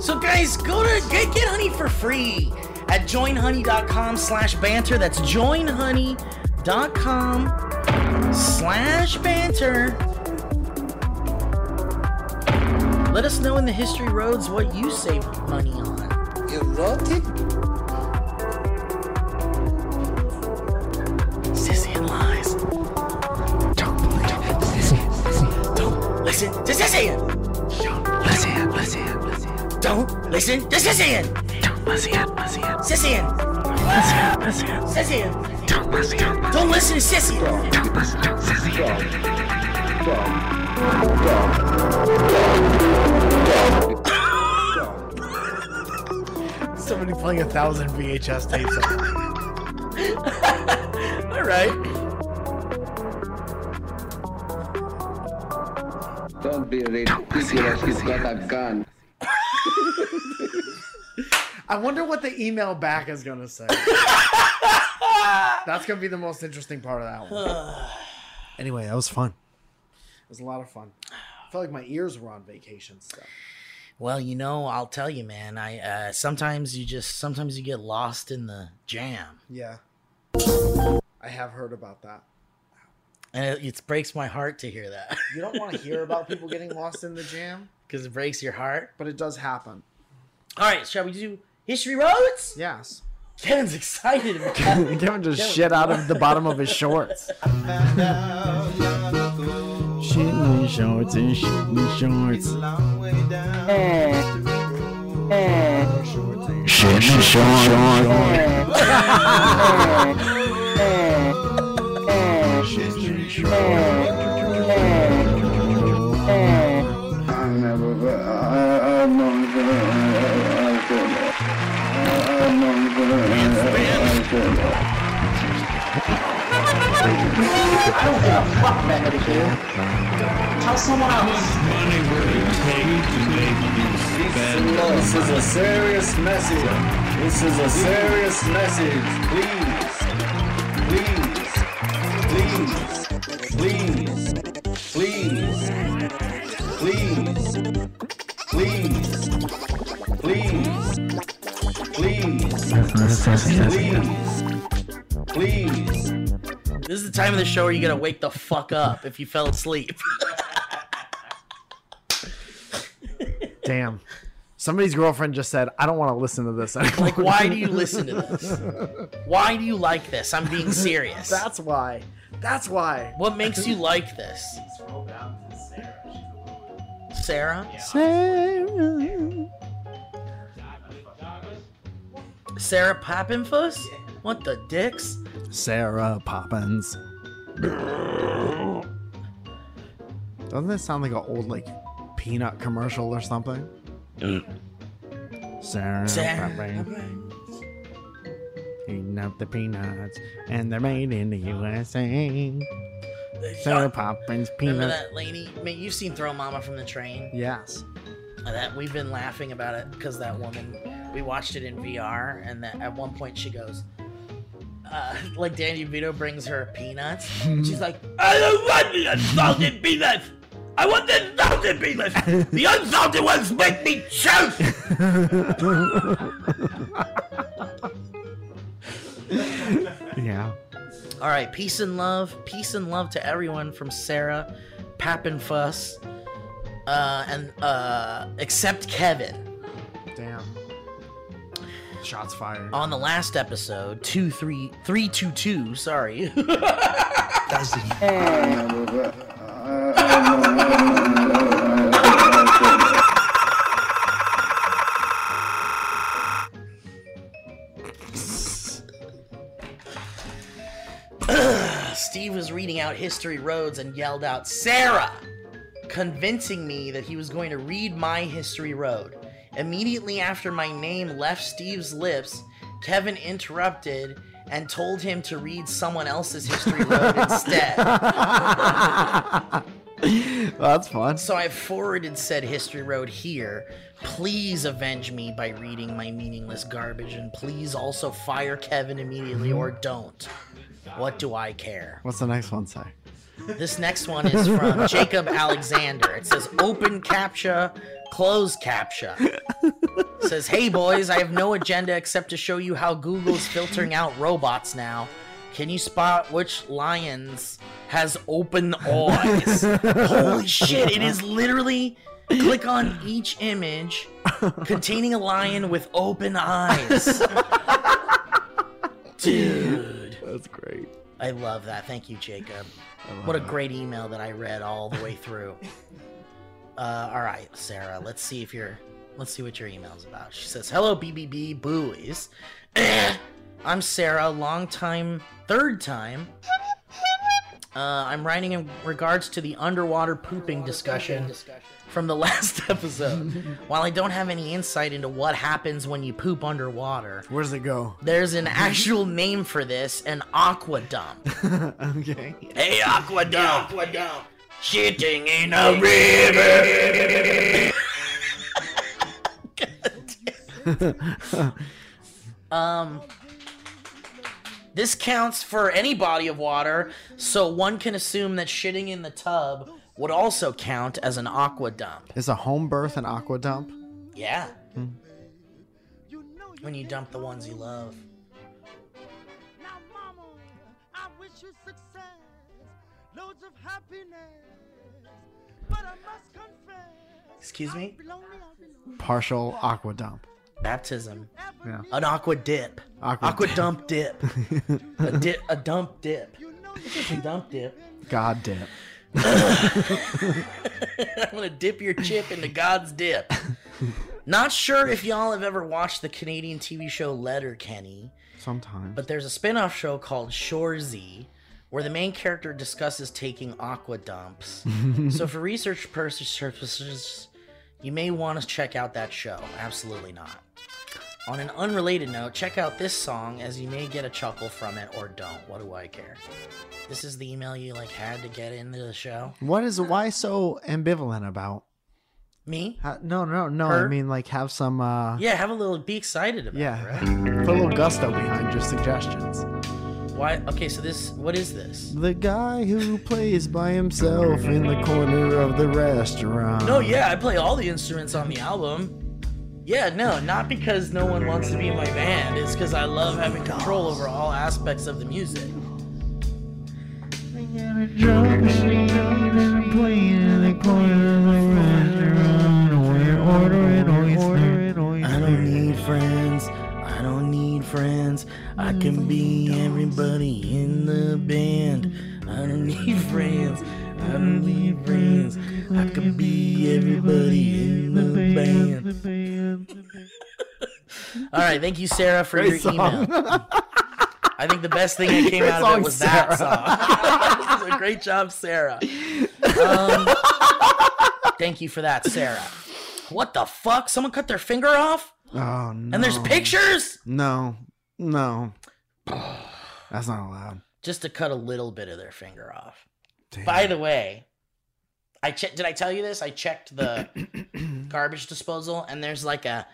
So guys, go to get, get honey for free at joinhoney.com slash banter. That's joinhoney.com slash banter. Let us know in the history roads what you save money on.
Erotic.
Sissy and lies. Don't believe Don't listen to Sissy. Don't listen to Sissy. Don't listen to Sissy. Don't Sissian. Sissian. Sissian. Don't listen to Sissian.
Somebody playing a thousand VHS tapes.
All right.
Don't be ridiculous. He's got a gun.
I wonder what the email back is gonna say. That's gonna be the most interesting part of that one. [SIGHS] anyway, that was fun. It was a lot of fun. I felt like my ears were on vacation stuff.
Well, you know, I'll tell you, man. I uh, sometimes you just sometimes you get lost in the jam,
Yeah. I have heard about that.
and it, it breaks my heart to hear that [LAUGHS]
You don't want to hear about people getting lost in the jam,
because it breaks your heart.
but it does happen.
All right, shall we do history roads?
[LAUGHS] Yes.
Kevin's excited. about that.
Kevin just shit out of the bottom [LAUGHS] of his shorts. Shit in shorts and shit in shorts.
I never. I, I'm not gonna. I, I don't know. I, I'm not gonna. I, I don't know.
Tell someone else.
This is a serious message. This is a serious message. Please, please, please, please, please, please, please, please, please, please.
This is the time of the show where you gotta wake the fuck up if you fell asleep. [LAUGHS]
Damn. Somebody's girlfriend just said, I don't want to listen to this [LAUGHS] anymore.
Like, why do you listen to this? Why do you like this? I'm being serious.
That's why. That's why.
What makes you like this,
Scroll down to Sarah. She's a little
Sarah? Sarah Pappenfuss? What the dicks?
Sarah Poppins. Doesn't that sound like an old like peanut commercial or something? Sarah,
Sarah
Poppins. Eating up the peanuts, and they're made in the USA. Sarah Poppins
Remember
peanuts.
that lady? I mean, you've seen Throw Mama from the Train.
Yes.
That we've been laughing about it because that woman. We watched it in VR, and that at one point she goes, uh, like Danny Vito brings her peanuts. and she's like, I don't want the unsalted peanuts. I want the salted peanuts. The unsalted ones make me choke.
Yeah.
All right, peace and love, peace and love to everyone from Sarah, Pappenfuss, uh, and uh, except Kevin.
Damn. Shots [LAUGHS] fired.
On the last episode, two three three two two. Sorry, [LAUGHS] Steve was reading out history roads and yelled out Sarah, convincing me that he was going to read my history road. Immediately after my name left Steve's lips, Kevin interrupted and told him to read someone else's history road instead.
That's fun.
So I forwarded said history road here. Please avenge me by reading my meaningless garbage, and please also fire Kevin immediately or don't. What do I care?
What's the next one say?
This next one is from Jacob Alexander. It says open captcha, close captcha. It says, "Hey boys, I have no agenda except to show you how Google's filtering out robots now. Can you spot which lions has open eyes? Holy shit, it is literally click on each image containing a lion with open eyes." Dude,
That's great.
I love that. Thank you, Jacob. What a great [LAUGHS] email that I read all the way through. Uh, all right, Sarah, let's see if you're Let's see what your email's about. She says, Hello, BBB buoys. [COUGHS] I'm Sarah, long time, third time. Uh, I'm writing in regards to the underwater pooping discussion from the [LAUGHS] last episode. While I don't have any insight into what happens when you poop underwater,
Where does it go?
there's [LAUGHS] an actual name for this an aqua dump.
[LAUGHS] okay.
Hey, aqua dump! Shitting in a river! [LAUGHS] Um, this counts for any body of water, so one can assume that shitting in the tub would also count as an aqua dump.
Is a home birth an aqua dump?
Yeah. When you dump the ones you love.
Now, mama, I wish you success, loads of happiness. But I must confess,
Excuse me?
lonely I've been
Partial aqua dump.
Baptism.
ever.
Yeah.
An aqua dip.
Aqua,
Aqua dump dip. a dip. A dump dip. [LAUGHS] A dump dip. [LAUGHS]
God dip.
I'm gonna dip your chip into God's dip. Not sure if y'all have ever watched the Canadian TV show Letter Kenny.
Sometimes.
But there's a spin-off show called Shore Z where the main character discusses taking aqua dumps. so for research purposes, you may want to check out that show. Absolutely not. On an unrelated note, check out this song as you may get a chuckle from it or don't. What do I care? This is the email you like had to get into the show.
What is why so ambivalent about?
Me?
How, Uh, no, no, no. I
Her?
mean, like have some. uh
Yeah, have a little be excited about
Yeah.
it, right?
Put a little gusto behind your suggestions.
Why okay, so this what is this?
The guy who plays by himself in the corner of the restaurant.
No, yeah, I play all the instruments on the album. Yeah, no, not because no one wants to be in my band. It's because I love having control over all aspects of the music. I don't need friends. I don't need friends. I can be everybody in the band. I don't need [LAUGHS] friends. I don't need friends. I can be everybody in the band. [LAUGHS] All right, thank you, Sarah, for your email. I think the best thing that came out of
song,
it was that song. [LAUGHS] So great job, Sarah. Um, thank you for that, Sarah. What the fuck? Someone cut their finger off?
Oh no.
And there's pictures?
No, no. [SIGHS] That's not allowed.
Just to cut a little bit of their finger off.
Damn.
By the way, I che- did I tell you this? I checked
[CLEARS THROAT]
the garbage disposal and there's like a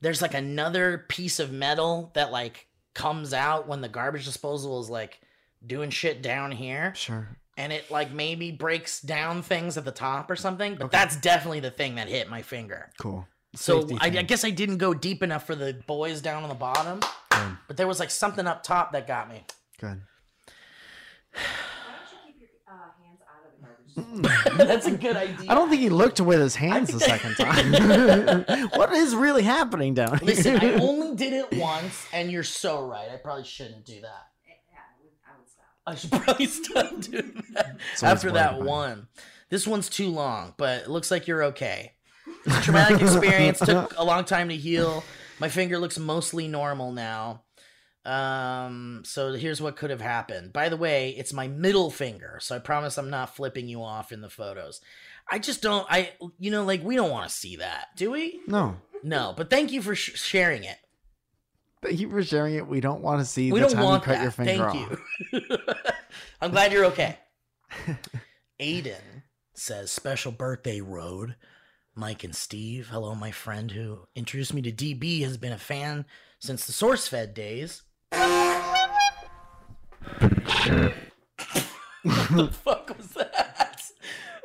there's like another piece of metal that like comes out when the garbage disposal is like doing shit down here
Sure.
and it like maybe breaks down things at the top or something, but that's definitely the thing that hit my finger.
Cool.
So
Safety
I, I
thing.
guess I didn't go deep enough for the boys down on the bottom,
Good.
but there was like something up top that got me. [LAUGHS]
Good.
Why don't you keep your uh, hands out of the garbage?
Mm.
That's a good idea.
I don't think he looked with his hands
[LAUGHS]
the second time. [LAUGHS] what is really happening down here?
Listen,
[LAUGHS]
I only did it once, and you're so right. I probably shouldn't do that.
yeah, I would, I would stop.
I should [LAUGHS] probably stop doing that
It's always
after that
worried about
one. This one's too long, but it looks like you're okay. Traumatic experience
[LAUGHS]
took a long time to heal. My finger looks mostly normal now. Um, so here's what could have happened. By the way, it's my middle finger, so I promise I'm not flipping you off in the photos. I just don't. I you know like we don't want to see that, do we?
No.
No, but thank you for sh- sharing it.
Thank you for sharing it. We don't want to see
we
the
don't
time
want
you cut
that.
your finger
Thank
off.
you. [LAUGHS] I'm glad you're
[LAUGHS]
okay. Aiden says, "Special birthday, Road." Mike and Steve. Hello, my friend who introduced me to DB has been a fan since the SourceFed days. what the fuck was that?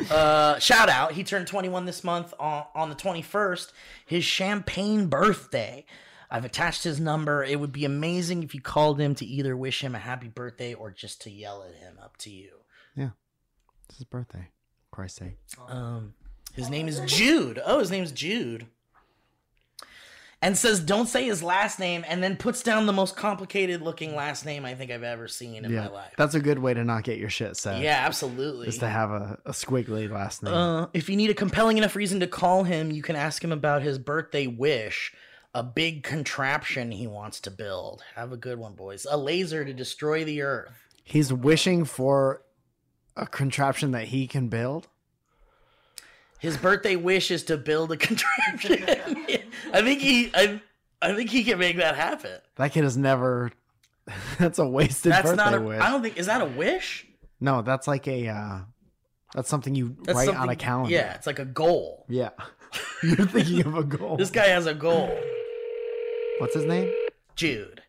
Uh, shout out. He turned 21 this month on, on the 21st, his champagne birthday. I've attached his number. It would be amazing if you called him to either wish him a happy birthday or just to yell at him. Up to you.
It's his birthday. Christ's sake.
Um, his name is Jude. Oh, his name's Jude. and says don't say his last name and then puts down the most complicated looking last name I think I've ever seen in
yeah,
my life.
that's a good way to not get your shit set.
yeah, absolutely.
is to have a, a squiggly last name.
Uh, if you need a compelling enough reason to call him, you can ask him about his birthday wish, a big contraption he wants to build. Have a good one, boys. A laser to destroy the earth.
He's wishing for a contraption that he can build.
His birthday wish is to build a [LAUGHS] contraption. I think he, I, I think he can make that happen.
That kid has never. [LAUGHS] that's a wasted
That's
birthday
not a.
wish.
I don't think is that a wish.
No, that's like a. Uh, that's something you
That's
write on a
something-
calendar.
Yeah, it's like a goal.
Yeah. [LAUGHS] You're thinking of a goal.
This guy has a goal,
What's his name?
Jude.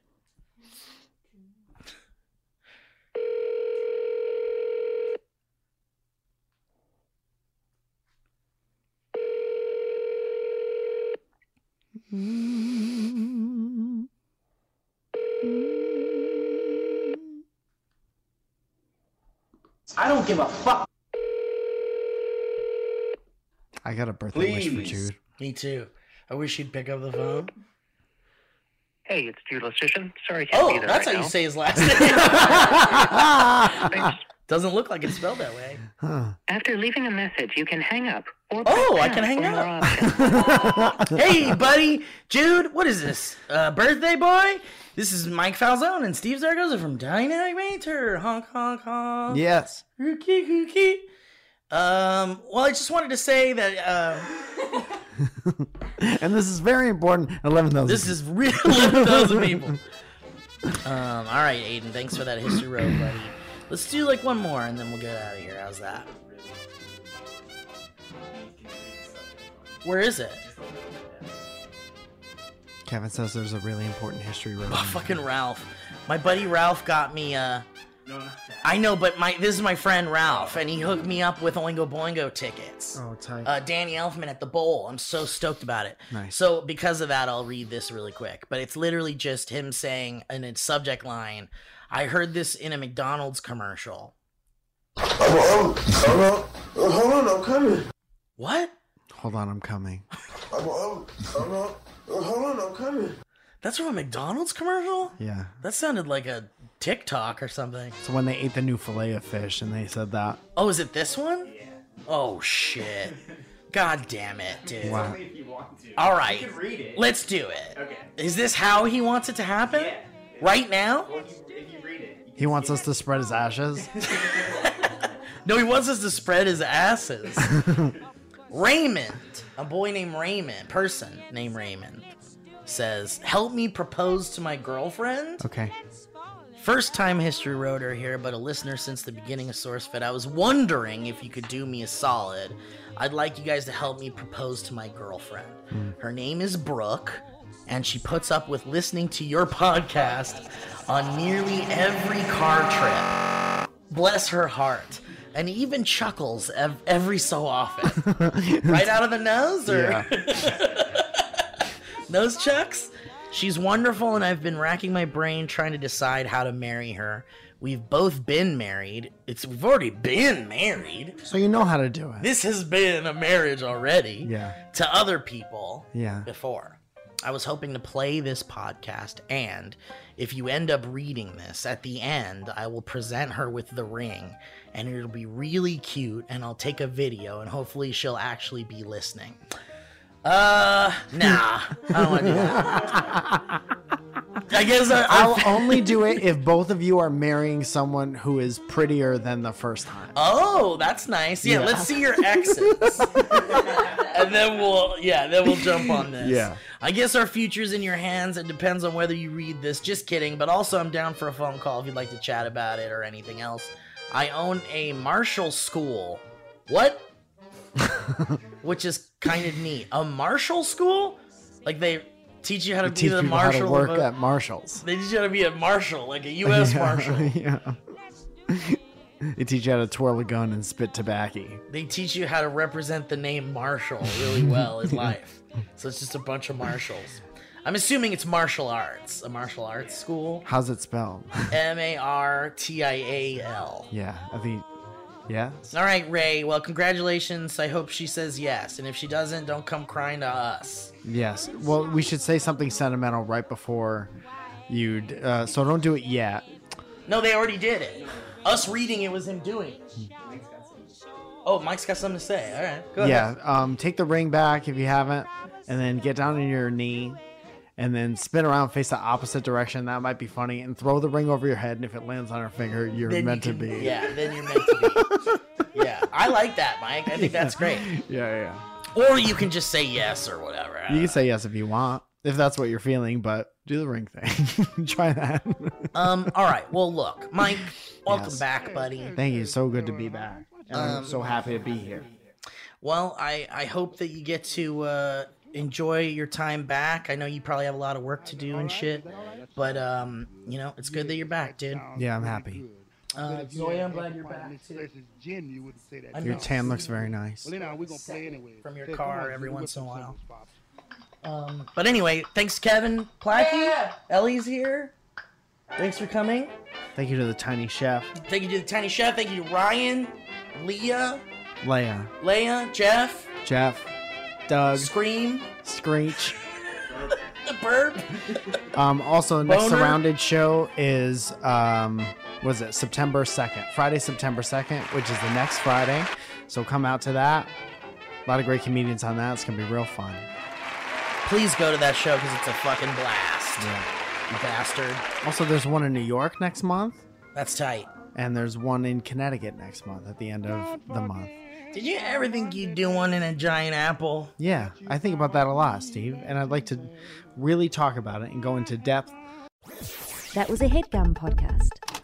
I don't give a fuck.
I got a birthday wish
Please.
for Jude.
Me too. I wish he'd pick up the phone.
Hey, it's Jude Lustrician. Sorry, I can't
Oh,
be there
that's
right
how you
now.
say his
[LAUGHS]
last name.
Thanks.
Doesn't look like it's spelled that way.
Huh.
After leaving a message, you can hang up. Or
Oh,
press
I can
pound
hang
for more
up.
options.
Hey, buddy, Jude, what is this? Uh, birthday boy? This is Mike Falzone and Steve Zaragoza from Dynamic Banter. Honk, honk, honk.
[LAUGHS] Yes.
Hookie, hookie. Um, well, I just wanted to say that uh,
And this is very important. 11,000.
this is [LAUGHS] really 11,000 people. Um, all right, Aiden, thanks for that history road, buddy. Let's do like one more and then we'll get out of here. How's that? Where is it?
Kevin says there's a really important history room.
Oh, fucking Ralph. My buddy Ralph got me, uh,
No, not that.
I know, but my this is my friend Ralph, and he hooked me up with Oingo Boingo tickets.
Oh, tight.
Uh, Danny Elfman at the bowl. I'm so stoked about it.
Nice.
So because of that, I'll read this really quick. But it's literally just him saying in its subject line, "I heard this in a McDonald's commercial."
I'm, I'm, I'm, I'm, hold on, I'm coming.
What?
Hold on, I'm coming.
I'm, I'm, I'm, I'm, hold on, I'm coming.
That's from a McDonald's commercial?
Yeah.
That sounded like a TikTok or something.
So when they ate the new filet of fish and they said that.
Oh, is it this one? Yeah. Oh shit. [LAUGHS] God damn it, dude.
Wow.
If you want to.
All right.
You can read it.
Let's do it.
Okay.
Is this how he wants it to happen?
Yeah.
Right now?
Well, if you, if you read it.
He wants us to spread his ashes.
No, he wants us to spread his asses. Raymond, a boy named Raymond, person named Raymond, says, Help me propose to my girlfriend.
Okay.
First time history roader here, but a listener since the beginning of SourceFed. I was wondering if you could do me a solid. I'd like you guys to help me propose to my girlfriend. Her name is Brooke, and she puts up with listening to your podcast on nearly every car trip. Bless her heart. And even chuckles ev- every so often. right out of the nose? Or?
Yeah.
Nose chucks? She's wonderful, and I've been racking my brain trying to decide how to marry her. We've both been married. It's we've already been married.
So you know how to do it.
This has been a marriage already
Yeah.
to other people
Yeah.
before. I was hoping to play this podcast, and if you end up reading this at the end, I will present her with the ring, and it'll be really cute. And I'll take a video, and hopefully, she'll actually be listening. Uh, nah, I don't want to do that.
[LAUGHS]
I guess I,
I'll
I'll.
only do it if both of you are marrying someone who is prettier than the first time.
Oh, that's nice. Yeah,
Yeah.
let's see your
[LAUGHS]
exes. and then we'll yeah, then we'll jump on this.
Yeah.
I guess our future's in your hands. It depends on whether you read this. Just kidding, but also I'm down for a phone call if you'd like to chat about it or anything else. I own a Marshall school.
[LAUGHS]
What? Which is kind of neat. A Marshall school? Like they teach you how to
They
be
teach
the
people how
marshal
to
of
work
a-
at Marshalls.
They teach you how to be a marshal, like a US
[LAUGHS] yeah.
marshal.
yeah. They teach you how to twirl a gun and spit tobacco.
they teach you how to represent the name Marshall really well
[LAUGHS]
in life. So it's just a bunch of marshals. I'm assuming it's martial arts, a martial arts school.
[LAUGHS] How's it spelled?
M A R T I A L.
yeah, I think Yeah.
All right, Ray. Well, congratulations. I hope she says yes. And if she doesn't, don't come crying to us.
Yes. Well, we should say something sentimental right before you. d- Uh, so don't do it yet.
No, they already did it. Us reading it was him doing it. Oh, Mike's got something to say. All right. Go
yeah.
ahead.
Um, take the ring back if you haven't, and then get down on your knee, and then spin around, face the opposite direction. That might be funny. And throw the ring over your head, and if it lands on her finger, you're
Then you
meant
can-
to be.
Yeah, then you're meant to
[LAUGHS]
be. yeah, I like that, Mike. I think that's great.
Yeah,
Or you can just say yes or whatever.
yeah. You can say yes if you want, if that's what you're feeling, but do the ring thing. [LAUGHS] Try that.
Um. All right. Well, look,
[LAUGHS]
Mike. Welcome
Yes.
back, buddy.
Thank you. So good to be back. And I'm
Um,
so happy to be here.
Well, I I hope that you get to uh, enjoy your time back. I know you probably have a lot of work to do and shit, but um, you know, it's good that you're back, dude.
Yeah, I'm happy.
Uh, Zoya, I'm glad you're back too.
Jim, you wouldn't say that.
I
Your
know.
tan looks very nice.
Well, now we're gonna play anyway.
From your
Hey, come on,
car
you
every
whip
once in a
them
while.
suckers, Pop.
Um, but anyway, thanks, Kevin Plackey. Ellie's here. Thanks for coming.
Thank you to the tiny chef,
Thank you to the Tiny Chef. Thank you to Ryan, Leah,
Leia,
Leia, Jeff,
Jeff, Doug,
Scream,
Screech.
the Burp.
Um, also, the next
Boner.
surrounded show is um, was it September second, Friday, September second, which is the next Friday. So come out to that. A lot of great comedians on that. It's gonna be real fun.
Please go to that show because it's a fucking blast. You bastard.
Also, there's one in New York next month,
That's tight.
and there's one in Connecticut next month at the end of the month.
Did you ever think you'd do one in a giant apple?
Yeah, I think about that a lot, Steve, and I'd like to really talk about it and go into depth
That was a headgum podcast.